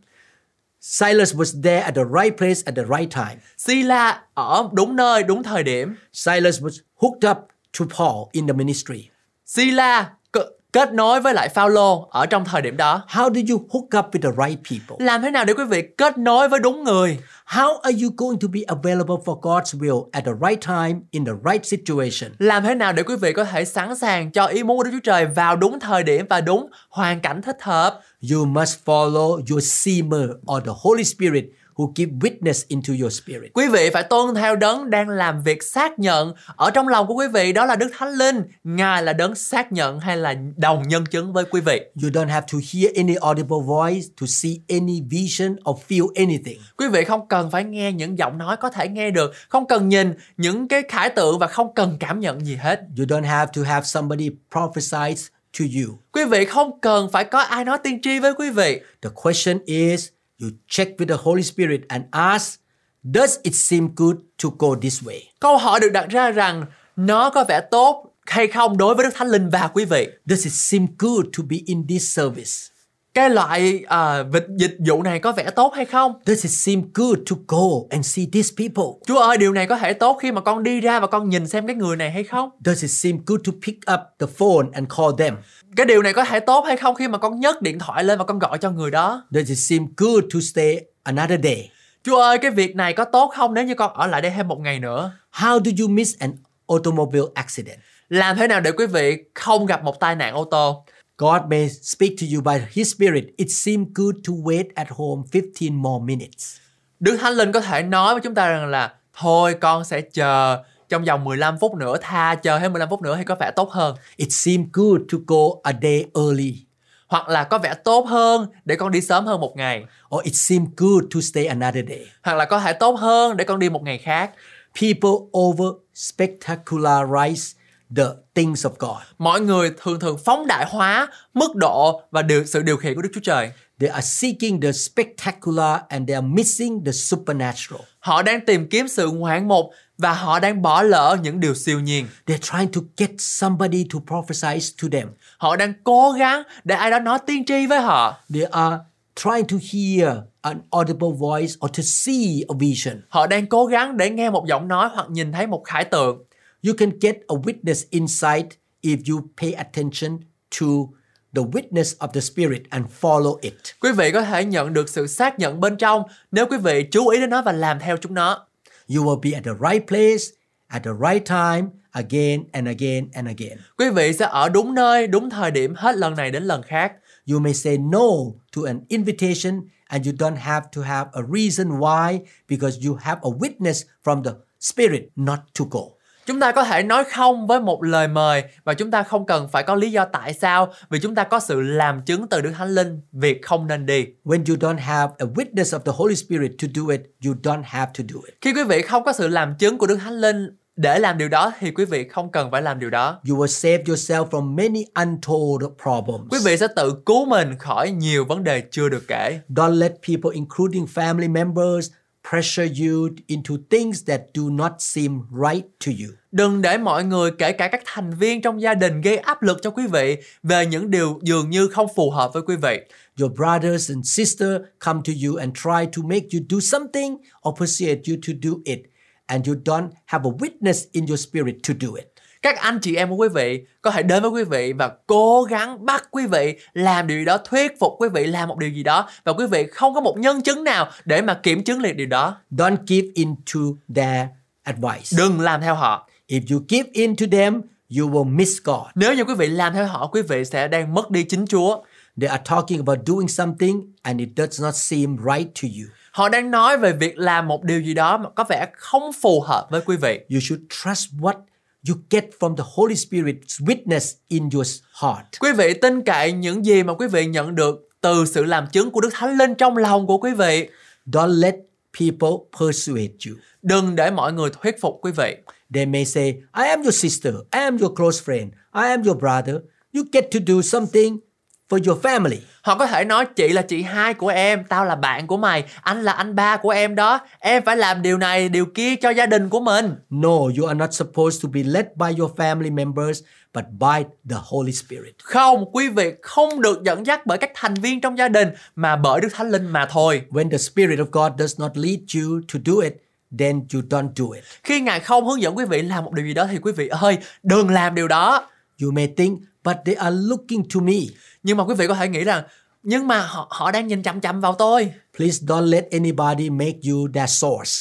A: Silas was there at the right place at the right time.
B: Sila ở đúng nơi, đúng thời điểm.
A: Silas was hooked up to Paul in the ministry.
B: Sila c- kết nối với lại Phaolô ở trong thời điểm đó.
A: How do you hook up with the right people?
B: Làm thế nào để quý vị kết nối với đúng người?
A: How are you going to be available for God's will at the right time in the right situation?
B: Làm thế nào để quý vị có thể sẵn sàng cho ý muốn của Đức Chúa Trời vào đúng thời điểm và đúng hoàn cảnh thích hợp?
A: You must follow your seamer or the Holy Spirit who give witness into your spirit.
B: Quý vị phải tuân theo đấng đang làm việc xác nhận ở trong lòng của quý vị đó là Đức Thánh Linh. Ngài là đấng xác nhận hay là đồng nhân chứng với quý vị.
A: You don't have to hear any audible voice to see any vision or feel anything.
B: Quý vị không cần phải nghe những giọng nói có thể nghe được, không cần nhìn những cái khải tượng và không cần cảm nhận gì hết.
A: You don't have to have somebody prophesize to you.
B: Quý vị không cần phải có ai nói tiên tri với quý vị.
A: The question is you check with the Holy Spirit and ask, does it seem good to go this way?
B: Câu hỏi được đặt ra rằng nó có vẻ tốt hay không đối với Đức Thánh Linh và quý vị.
A: Does it seem good to be in this service?
B: Cái loại à, vịt dịch vụ này có vẻ tốt hay không?
A: Does it seem good to go and see these people?
B: Chúa ơi, điều này có thể tốt khi mà con đi ra và con nhìn xem cái người này hay không?
A: Does it seem good to pick up the phone and call them?
B: Cái điều này có thể tốt hay không khi mà con nhấc điện thoại lên và con gọi cho người đó?
A: Does it seem good to stay another day?
B: Chúa ơi, cái việc này có tốt không nếu như con ở lại đây thêm một ngày nữa?
A: How do you miss an automobile accident?
B: Làm thế nào để quý vị không gặp một tai nạn ô tô?
A: God may speak to you by His Spirit. It seemed good to wait at home 15 more minutes.
B: Đức Thánh Linh có thể nói với chúng ta rằng là thôi con sẽ chờ trong vòng 15 phút nữa tha chờ thêm 15 phút nữa thì có vẻ tốt hơn
A: It seemed good to go a day early.
B: hoặc là có vẻ tốt hơn để con đi sớm hơn một ngày
A: Or it seemed good to stay another day.
B: hoặc là có thể tốt hơn để con đi một ngày khác
A: People over spectacularize the things of God.
B: mọi người thường thường phóng đại hóa mức độ và điều sự điều khiển của Đức Chúa Trời
A: They are seeking the spectacular and they are missing the supernatural.
B: họ đang tìm kiếm sự ngoạn mục và họ đang bỏ lỡ những điều siêu nhiên
A: They're trying to get somebody to prophesy to them.
B: họ đang cố gắng để ai đó nói tiên tri với họ
A: They are trying to hear an audible voice or to see a vision.
B: họ đang cố gắng để nghe một giọng nói hoặc nhìn thấy một khải tượng
A: You can get a witness insight if you pay attention to the witness of the Spirit and follow it.
B: Quý vị có thể nhận được sự xác nhận bên trong nếu quý vị chú ý đến nó và làm theo chúng nó.
A: You will be at the right place at the right time again and again and again.
B: Quý vị sẽ ở đúng nơi, đúng thời điểm hết lần này đến lần khác.
A: You may say no to an invitation and you don't have to have a reason why because you have a witness from the Spirit not to go.
B: Chúng ta có thể nói không với một lời mời và chúng ta không cần phải có lý do tại sao vì chúng ta có sự làm chứng từ Đức Thánh Linh việc không nên đi.
A: When you don't have a witness of the Holy Spirit to do it, you don't have to do it.
B: Khi quý vị không có sự làm chứng của Đức Thánh Linh để làm điều đó thì quý vị không cần phải làm điều đó.
A: You will save yourself from many untold problems.
B: Quý vị sẽ tự cứu mình khỏi nhiều vấn đề chưa được kể.
A: Don't let people, including family members, pressure you into things that do not seem right to you.
B: Đừng để mọi người kể cả các thành viên trong gia đình gây áp lực cho quý vị về những điều dường như không phù hợp với quý vị.
A: Your brothers and sisters come to you and try to make you do something or persuade you to do it, and you don't have a witness in your spirit to do it.
B: Các anh chị em của quý vị có thể đến với quý vị và cố gắng bắt quý vị làm điều gì đó, thuyết phục quý vị làm một điều gì đó và quý vị không có một nhân chứng nào để mà kiểm chứng được điều đó.
A: Don't give in to their advice.
B: Đừng làm theo họ.
A: If you give in to them, you will miss God.
B: Nếu như quý vị làm theo họ, quý vị sẽ đang mất đi chính Chúa.
A: They are talking about doing something and it does not seem right to you.
B: Họ đang nói về việc làm một điều gì đó mà có vẻ không phù hợp với quý vị.
A: You should trust what you get from the Holy Spirit's witness in your heart.
B: Quý vị tin cậy những gì mà quý vị nhận được từ sự làm chứng của Đức Thánh Linh trong lòng của quý vị.
A: Don't let people persuade you.
B: Đừng để mọi người thuyết phục quý vị.
A: They may say, I am your sister, I am your close friend, I am your brother. You get to do something for your family.
B: Họ có thể nói chị là chị hai của em, tao là bạn của mày, anh là anh ba của em đó. Em phải làm điều này, điều kia cho gia đình của mình.
A: No, you are not supposed to be led by your family members, but by the Holy Spirit.
B: Không, quý vị không được dẫn dắt bởi các thành viên trong gia đình mà bởi Đức Thánh Linh mà thôi.
A: When the Spirit of God does not lead you to do it, then you don't do it.
B: Khi Ngài không hướng dẫn quý vị làm một điều gì đó thì quý vị ơi, đừng làm điều đó.
A: You may think, but they are looking to me.
B: Nhưng mà quý vị có thể nghĩ rằng nhưng mà họ họ đang nhìn chằm chằm vào tôi.
A: Please don't let anybody make you their source.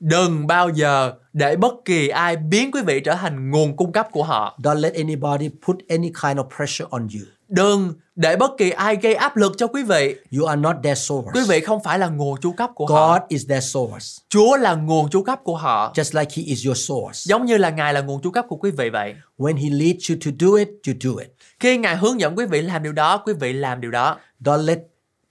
B: Đừng bao giờ để bất kỳ ai biến quý vị trở thành nguồn cung cấp của họ.
A: Don't let anybody put any kind of pressure on you.
B: Đừng để bất kỳ ai gây áp lực cho quý vị.
A: You are not their source.
B: Quý vị không phải là nguồn chu cấp của họ.
A: God is their source,
B: Chúa là nguồn chu cấp của họ.
A: just like He is your source.
B: Giống như là Ngài là nguồn chu cấp của quý vị vậy.
A: When He leads you to do it, you do it.
B: Khi Ngài hướng dẫn quý vị làm điều đó, quý vị làm điều đó.
A: Don't let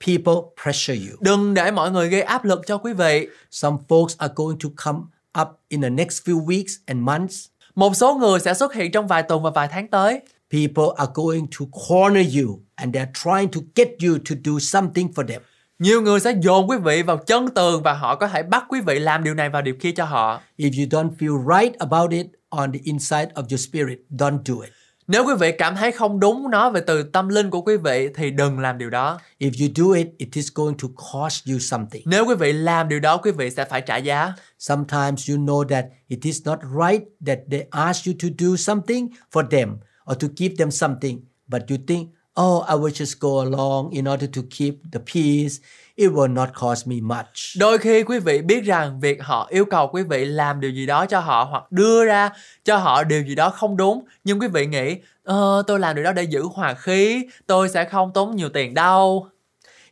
A: people pressure you.
B: Đừng để mọi người gây áp lực cho quý vị.
A: Some folks are going to come up in the next few weeks and months.
B: Một số người sẽ xuất hiện trong vài tuần và vài tháng tới.
A: People are going to corner you and they're trying to get you to do something for them.
B: Nhiều người sẽ dồn quý vị vào chân tường và họ có thể bắt quý vị làm điều này và điều kia cho họ.
A: If you don't feel right about it on the inside of your spirit, don't do it.
B: Nếu quý vị cảm thấy không đúng nó về từ tâm linh của quý vị thì đừng làm điều đó.
A: If you do it, it is going to cost you something.
B: Nếu quý vị làm điều đó quý vị sẽ phải trả giá.
A: Sometimes you know that it is not right that they ask you to do something for them or to give them something, but you think, oh, I will just go along in order to keep the peace. It will not cost me much.
B: Đôi khi quý vị biết rằng việc họ yêu cầu quý vị làm điều gì đó cho họ hoặc đưa ra cho họ điều gì đó không đúng nhưng quý vị nghĩ ờ, tôi làm điều đó để giữ hòa khí, tôi sẽ không tốn nhiều tiền đâu.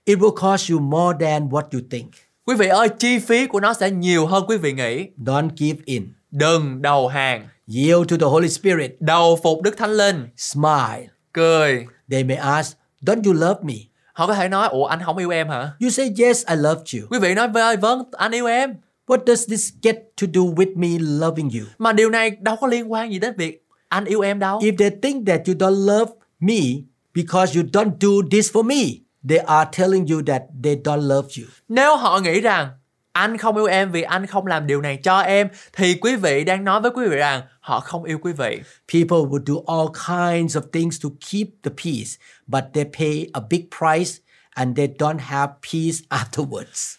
A: It will cost you more than what you think.
B: Quý vị ơi, chi phí của nó sẽ nhiều hơn quý vị nghĩ.
A: Don't give in.
B: Đừng đầu hàng,
A: Yield to the Holy Spirit.
B: đầu phục Đức Thánh Linh,
A: Smile.
B: cười.
A: They may ask, don't you love me?
B: Họ có thể nói, ủa anh không yêu em hả?
A: You say, yes, I loved you.
B: Quý vị nói với vâng, anh yêu em.
A: What does this get to do with me loving you?
B: Mà điều này đâu có liên quan gì đến việc anh yêu em đâu.
A: If they think that you don't love me because you don't do this for me, they are telling you that they don't love you.
B: Nếu họ nghĩ rằng anh không yêu em vì anh không làm điều này cho em thì quý vị đang nói với quý vị rằng họ không yêu quý vị.
A: People will do all kinds of things to keep the peace, but they pay a big price and they don't have peace afterwards.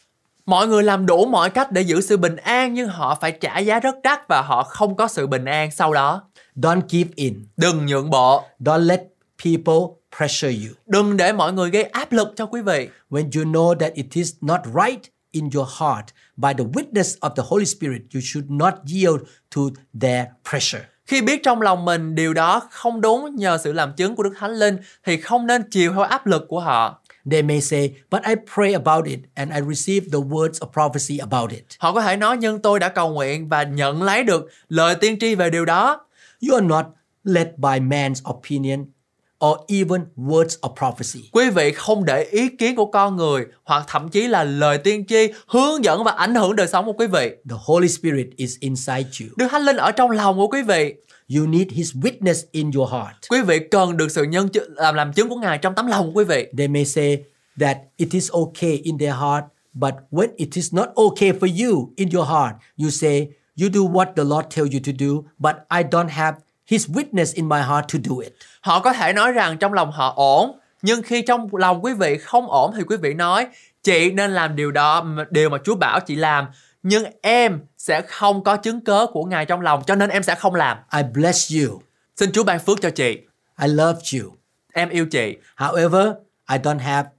B: Mọi người làm đủ mọi cách để giữ sự bình an nhưng họ phải trả giá rất đắt và họ không có sự bình an sau đó.
A: Don't give in.
B: Đừng nhượng bộ,
A: Don't let people pressure you.
B: đừng để mọi người gây áp lực cho quý vị.
A: When you know that it is not right in your heart, by the witness of the Holy Spirit, you should not yield to their pressure.
B: Khi biết trong lòng mình điều đó không đúng nhờ sự làm chứng của Đức Thánh Linh thì không nên chiều theo áp lực của họ.
A: They may say, but I pray about it and I receive the words of prophecy about it.
B: Họ có thể nói nhưng tôi đã cầu nguyện và nhận lấy được lời tiên tri về điều đó.
A: You are not led by man's opinion or even words of prophecy.
B: Quý vị không để ý kiến của con người hoặc thậm chí là lời tiên tri hướng dẫn và ảnh hưởng đời sống của quý vị.
A: The Holy Spirit is inside you.
B: Đức Thánh Linh ở trong lòng của quý vị.
A: You need His witness in your heart.
B: Quý vị cần được sự nhân chữ- làm làm chứng của Ngài trong tấm lòng của quý vị.
A: They may say that it is okay in their heart, but when it is not okay for you in your heart, you say, You do what the Lord tells you to do, but I don't have His witness in my heart to do it.
B: Họ có thể nói rằng trong lòng họ ổn, nhưng khi trong lòng quý vị không ổn thì quý vị nói chị nên làm điều đó, mà- điều mà Chúa bảo chị làm, nhưng em sẽ không có chứng cớ của Ngài trong lòng cho nên em sẽ không làm.
A: I bless you.
B: Xin Chúa ban phước cho chị.
A: I loved you.
B: Em yêu chị.
A: However, I don't have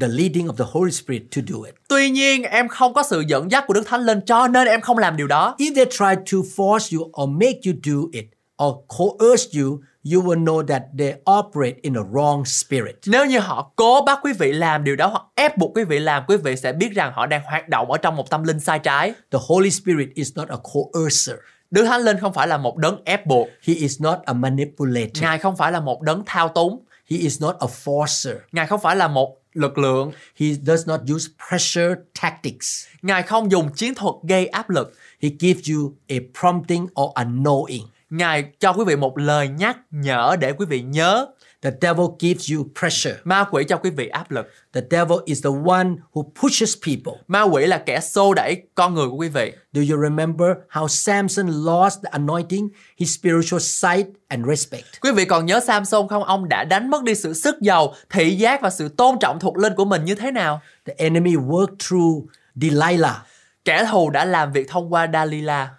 A: the leading of the Holy Spirit to do it.
B: Tuy nhiên em không có sự dẫn dắt của Đức Thánh Linh cho nên em không làm điều đó.
A: If they try to force you or make you do it or coerce you, you will know that they operate in the wrong spirit.
B: Nếu như họ cố bắt quý vị làm điều đó hoặc ép buộc quý vị làm, quý vị sẽ biết rằng họ đang hoạt động ở trong một tâm linh sai trái.
A: The Holy Spirit is not a coercer,
B: Đức Thánh Linh không phải là một đấng ép buộc,
A: He is not a manipulator,
B: Ngài không phải là một đấng thao túng,
A: He is not a forcer.
B: Ngài không phải là một lực lượng,
A: He does not use pressure tactics.
B: Ngài không dùng chiến thuật gây áp lực.
A: He gives you a prompting or a knowing.
B: Ngài cho quý vị một lời nhắc nhở để quý vị nhớ,
A: The devil gives you pressure.
B: ma quỷ cho quý vị áp lực.
A: The devil is the one who pushes people.
B: Ma quỷ là kẻ xô đẩy con người của quý vị.
A: Do you remember how Samson lost the anointing, his spiritual sight, and respect?
B: Quý vị còn nhớ Samson không? Ông đã đánh mất đi sự sức giàu, thị giác và sự tôn trọng thuộc linh của mình như thế nào?
A: The enemy worked through Delilah.
B: Kẻ thù đã làm việc thông qua Dalila.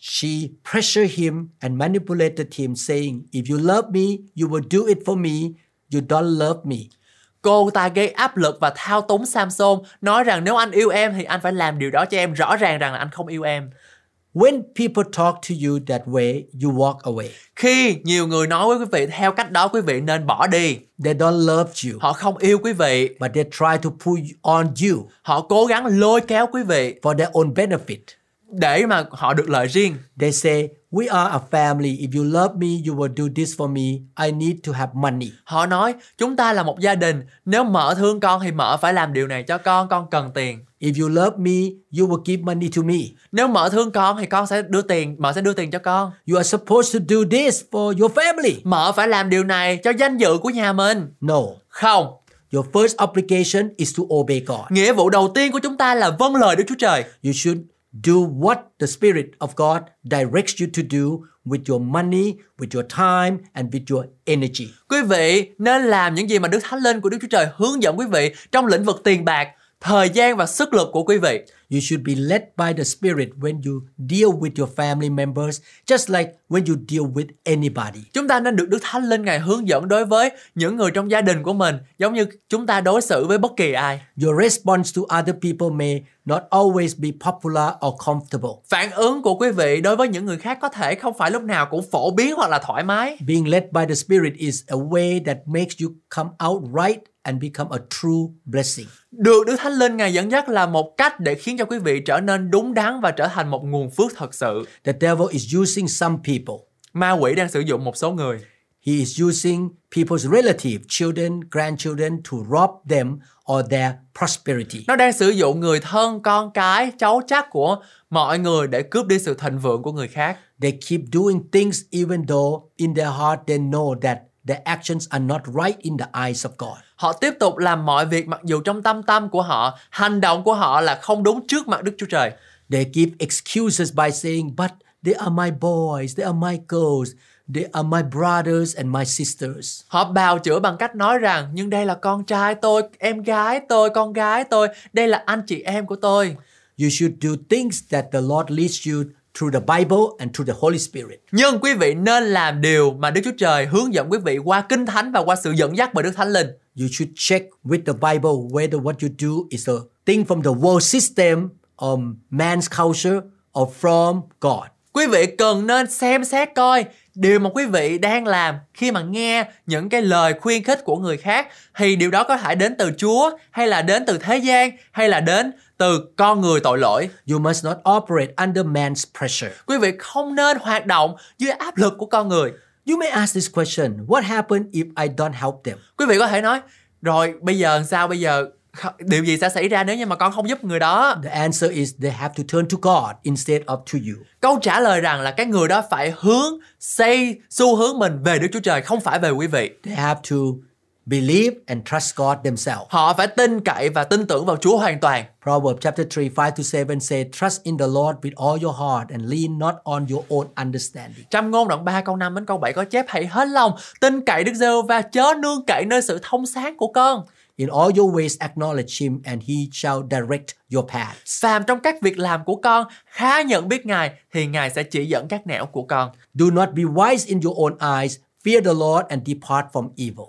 A: She pressured him and manipulated him, saying, If you love me, you will do it for me. You don't love me.
B: Cô ta gây áp lực và thao túng Samson, nói rằng nếu anh yêu em thì anh phải làm điều đó cho em rõ ràng rằng là anh không yêu em.
A: When people talk to you that way, you walk away.
B: Khi nhiều người nói với quý vị theo cách đó quý vị nên bỏ đi.
A: They don't love you,
B: Họ không yêu quý vị,
A: but they try to pull on you
B: họ cố gắng lôi kéo quý vị
A: for their own benefit.
B: để mà họ được lợi riêng.
A: They say, We are a family. If you love me, you will do this for me. I need to have money.
B: Họ nói chúng ta là một gia đình, nếu mợ thương con thì mợ phải làm điều này cho con, con cần tiền.
A: If you love me, you will give money to me.
B: Nếu mợ thương con thì con sẽ đưa tiền, mợ sẽ đưa tiền cho con.
A: You are supposed to do this for your family.
B: Mợ phải làm điều này cho danh dự của nhà mình.
A: No,
B: Không,
A: your first obligation is to obey God.
B: nghĩa vụ đầu tiên của chúng ta là vâng lời Đức Chúa Trời.
A: You should do what the Spirit of God directs you to do with your money, with your time, and with your energy.
B: Quý vị nên làm những gì mà Đức Thánh Linh của Đức Chúa Trời hướng dẫn quý vị trong lĩnh vực tiền bạc, thời gian và sức lực của quý vị.
A: You should be led by the Spirit when you deal with your family members, just like when you deal with anybody.
B: Chúng ta nên được Đức Thánh Linh Ngài hướng dẫn đối với những người trong gia đình của mình, giống như chúng ta đối xử với bất kỳ ai.
A: Your response to other people may not always be popular or comfortable.
B: Phản ứng của quý vị đối với những người khác có thể không phải lúc nào cũng phổ biến hoặc là thoải mái.
A: Being led by the Spirit is a way that makes you come out right and become a true blessing.
B: Được Đức Thánh Linh Ngài dẫn dắt là một cách để khiến cho quý vị trở nên đúng đắn và trở thành một nguồn phước thật sự.
A: The devil is using some people.
B: Ma quỷ đang sử dụng một số người.
A: He is using people's relative, children, grandchildren to rob them or their prosperity.
B: Nó đang sử dụng người thân, con cái, cháu chắc của mọi người để cướp đi sự thịnh vượng của người khác.
A: They keep doing things even though in their heart they know that their actions are not right in the eyes of God.
B: Họ tiếp tục làm mọi việc mặc dù trong tâm tâm của họ, hành động của họ là không đúng trước mặt Đức Chúa Trời.
A: They give excuses by saying, but they are my boys, they are my girls, they are my brothers and my sisters.
B: Họ bào chữa bằng cách nói rằng nhưng đây là con trai tôi, em gái tôi, con gái tôi, đây là anh chị em của tôi.
A: You should do things that the Lord leads you through the Bible and through the Holy Spirit.
B: Nhưng quý vị nên làm điều mà Đức Chúa Trời hướng dẫn quý vị qua Kinh Thánh và qua sự dẫn dắt bởi Đức Thánh Linh.
A: You should check with the Bible whether what you do is a thing from the world system or man's culture or from God.
B: Quý vị cần nên xem xét coi điều mà quý vị đang làm khi mà nghe những cái lời khuyên khích của người khác thì điều đó có thể đến từ Chúa hay là đến từ thế gian hay là đến từ con người tội lỗi.
A: You must not operate under man's pressure.
B: Quý vị không nên hoạt động dưới áp lực của con người.
A: You may ask this question What happens if I don't help them?
B: quý vị có thể nói rồi bây giờ sao bây giờ điều gì sẽ xảy ra nếu như mà con không giúp người đó
A: The answer is they have to turn to God instead of to you.
B: câu trả lời rằng là cái người đó phải hướng xây xu hướng mình về đức chúa trời không phải về quý vị
A: They have to believe and trust God themselves.
B: họ phải tin cậy và tin tưởng vào chúa hoàn toàn
A: Proverbs chapter 3, 5 to 7 say, Trust in the Lord with all your heart and lean not on your own understanding.
B: trong ngôn đoạn 3 câu 5 đến câu 7 có chép hãy hết lòng tin cậy Đức Giêsu và chớ nương cậy nơi sự thông sáng của con.
A: In all your ways acknowledge him, and he shall direct your paths.
B: Phàm trong các việc làm của con khá nhận biết Ngài thì Ngài sẽ chỉ dẫn các nẻo của con.
A: Do not be wise in your own eyes. Fear the Lord and depart from evil.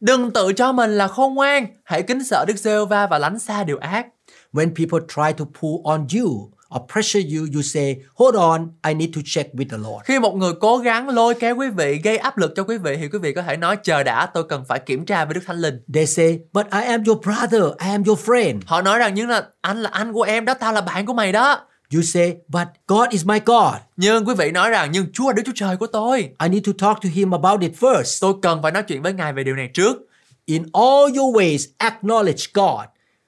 B: Đừng tự cho mình là khôn ngoan, hãy kính sợ Đức Giêsu và lánh xa điều ác.
A: When people try to pull on you or pressure you, you say, Hold on, I need to check with the Lord.
B: Khi một người cố gắng lôi kéo quý vị, gây áp lực cho quý vị thì quý vị có thể nói chờ đã, tôi cần phải kiểm tra với Đức Thánh Linh.
A: They say, But I am your brother, I am your friend.
B: Họ nói rằng nhưng là anh là anh của em đó, tao là bạn của mày đó.
A: You say, But God is my God.
B: Nhưng quý vị nói rằng nhưng Chúa là Đức Chúa Trời của tôi.
A: I need to talk to him about it first.
B: Tôi cần phải nói chuyện với Ngài về điều này trước.
A: In all your ways, acknowledge God,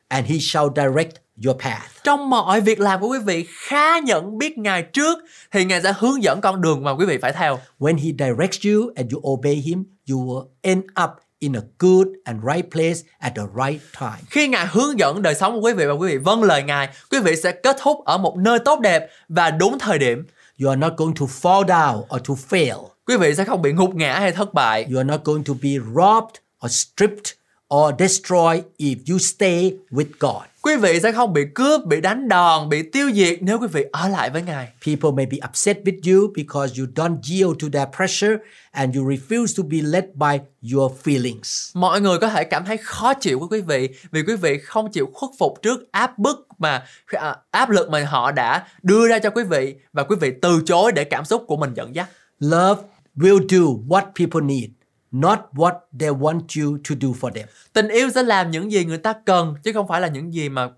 A: and he shall direct your path.
B: Trong mọi việc làm của quý vị khá nhận biết Ngài trước thì Ngài sẽ hướng dẫn con đường mà quý vị phải theo.
A: When he directs you and you obey him, you will end up in a good and right place at the right time.
B: Khi Ngài hướng dẫn đời sống của quý vị và quý vị vâng lời Ngài, quý vị sẽ kết thúc ở một nơi tốt đẹp và đúng thời điểm.
A: You are not going to fall down or to fail.
B: Quý vị sẽ không bị ngục ngã hay thất bại.
A: You are not going to be robbed or stripped or destroyed if you stay with God.
B: Quý vị sẽ không bị cướp, bị đánh đòn, bị tiêu diệt nếu quý vị ở lại với Ngài.
A: People may be upset with you because you don't yield to their pressure and you refuse to be led by your feelings.
B: Mọi người có thể cảm thấy khó chịu với quý vị vì quý vị không chịu khuất phục trước áp bức mà à, áp lực mà họ đã đưa ra cho quý vị và quý vị từ chối để cảm xúc của mình dẫn dắt.
A: Love will do what people need, not what they want you to do for them.
B: Tình yêu sẽ làm những gì người ta cần chứ không phải là những gì mà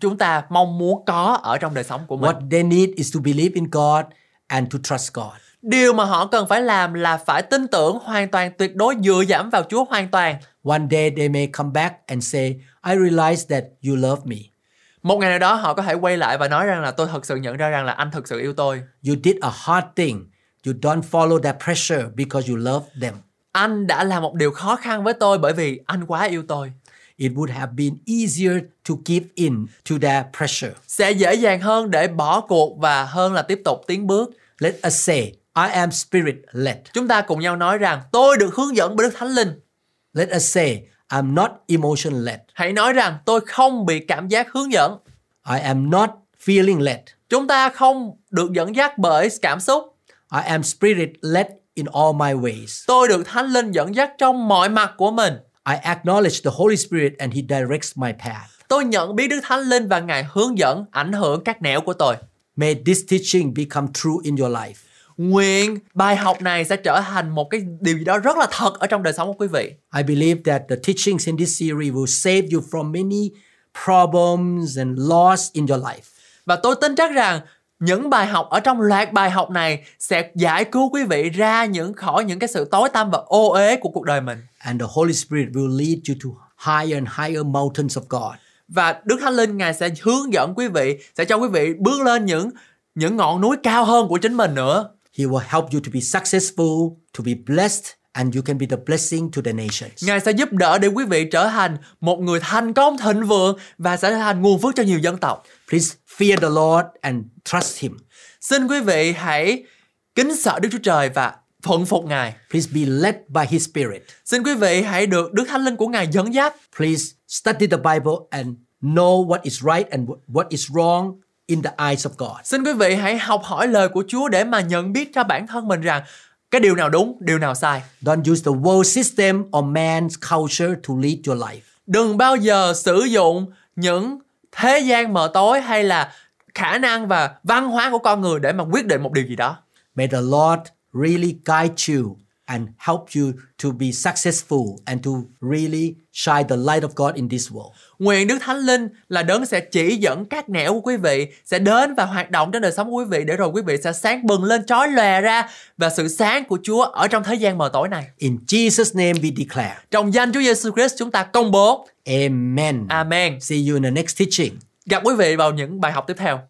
B: chúng ta mong muốn có ở trong đời sống của mình.
A: What they need is to believe in God and to trust God.
B: Điều mà họ cần phải làm là phải tin tưởng hoàn toàn tuyệt đối dựa dẫm vào Chúa hoàn toàn.
A: One day they may come back and say, I realize that you love me.
B: Một ngày nào đó họ có thể quay lại và nói rằng là tôi thật sự nhận ra rằng là anh thật sự yêu tôi.
A: You did a hard thing. You don't follow that pressure because you love them.
B: Anh đã làm một điều khó khăn với tôi bởi vì anh quá yêu tôi.
A: It would have been easier to give in to their pressure.
B: Sẽ dễ dàng hơn để bỏ cuộc và hơn là tiếp tục tiến bước.
A: Let us say, I am spirit led.
B: Chúng ta cùng nhau nói rằng tôi được hướng dẫn bởi Đức Thánh Linh.
A: Let us say, I'm not emotion led.
B: Hãy nói rằng tôi không bị cảm giác hướng dẫn.
A: I am not feeling led.
B: Chúng ta không được dẫn dắt bởi cảm xúc.
A: I am spirit led in all my ways.
B: Tôi được Thánh Linh dẫn dắt trong mọi mặt của mình.
A: I acknowledge the Holy Spirit and He directs my path.
B: Tôi nhận biết Đức Thánh Linh và Ngài hướng dẫn ảnh hưởng các nẻo của tôi.
A: May this teaching become true in your life.
B: Nguyện bài học này sẽ trở thành một cái điều gì đó rất là thật ở trong đời sống của quý vị.
A: I believe that the teachings in this series will save you from many problems and loss in your life.
B: Và tôi tin chắc rằng những bài học ở trong loạt bài học này sẽ giải cứu quý vị ra những khỏi những cái sự tối tăm và ô uế của cuộc đời mình.
A: And the Holy Spirit will lead you to higher and higher mountains of God.
B: Và Đức Thánh Linh Ngài sẽ hướng dẫn quý vị, sẽ cho quý vị bước lên những những ngọn núi cao hơn của chính mình nữa.
A: He will help you to be successful, to be blessed, and you can be the blessing to the nations.
B: Ngài sẽ giúp đỡ để quý vị trở thành một người thành công thịnh vượng và sẽ thành nguồn phước cho nhiều dân tộc.
A: Please fear the Lord and trust Him.
B: Xin quý vị hãy kính sợ Đức Chúa Trời và thuận phục Ngài.
A: Please be led by His Spirit.
B: Xin quý vị hãy được Đức Thánh Linh của Ngài dẫn dắt.
A: Please study the Bible and know what is right and wh- what is wrong in the eyes of God.
B: Xin quý vị hãy học hỏi lời của Chúa để mà nhận biết cho bản thân mình rằng cái điều nào đúng, điều nào sai.
A: Don't use the world system or man's culture to lead your life.
B: Đừng bao giờ sử dụng những thế gian mờ tối hay là khả năng và văn hóa của con người để mà quyết định một điều gì đó.
A: May the Lord really guide you and help you to be successful and to really shine the light of God in this world.
B: Nguyện Đức Thánh Linh là đấng sẽ chỉ dẫn các nẻo của quý vị sẽ đến và hoạt động trên đời sống của quý vị để rồi quý vị sẽ sáng bừng lên chói lòe ra và sự sáng của Chúa ở trong thế gian mờ tối này.
A: In Jesus' name we declare.
B: Trong danh Chúa Giêsu Christ chúng ta công bố.
A: Amen.
B: Amen.
A: See you in the next teaching.
B: Gặp quý vị vào những bài học tiếp theo.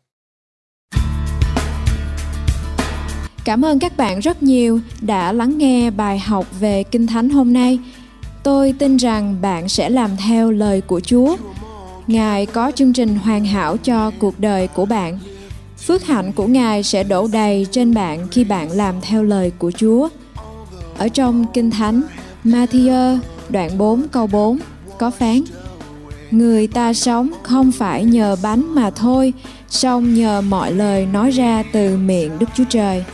C: Cảm ơn các bạn rất nhiều đã lắng nghe bài học về Kinh Thánh hôm nay. Tôi tin rằng bạn sẽ làm theo lời của Chúa. Ngài có chương trình hoàn hảo cho cuộc đời của bạn. Phước hạnh của Ngài sẽ đổ đầy trên bạn khi bạn làm theo lời của Chúa. Ở trong Kinh Thánh, Matthew đoạn 4 câu 4 có phán Người ta sống không phải nhờ bánh mà thôi, song nhờ mọi lời nói ra từ miệng Đức Chúa Trời.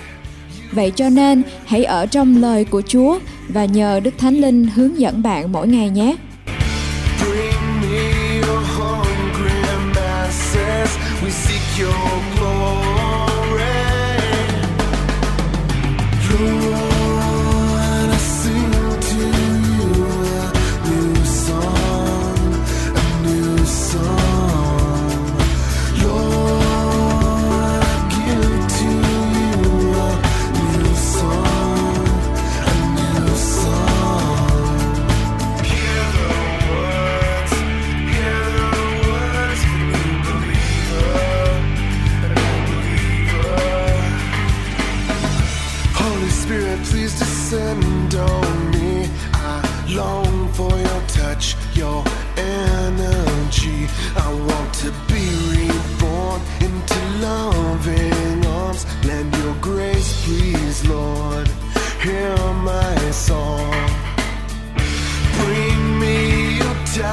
C: Vậy cho nên, hãy ở trong lời của Chúa và nhờ Đức Thánh Linh hướng dẫn bạn mỗi ngày nhé.
D: Bring me your hungry masses. We seek your glory. Lord, I sing to you a new song, a new song. Lord, I give to you a new song, a new song. Hear the words, hear the words, new believer, new believer. Holy Spirit, please descend on me. I long for your touch, your energy. I want to be reborn into loving arms. Lend your grace, please, Lord. Hear my song. Bring me your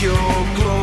D: your glory.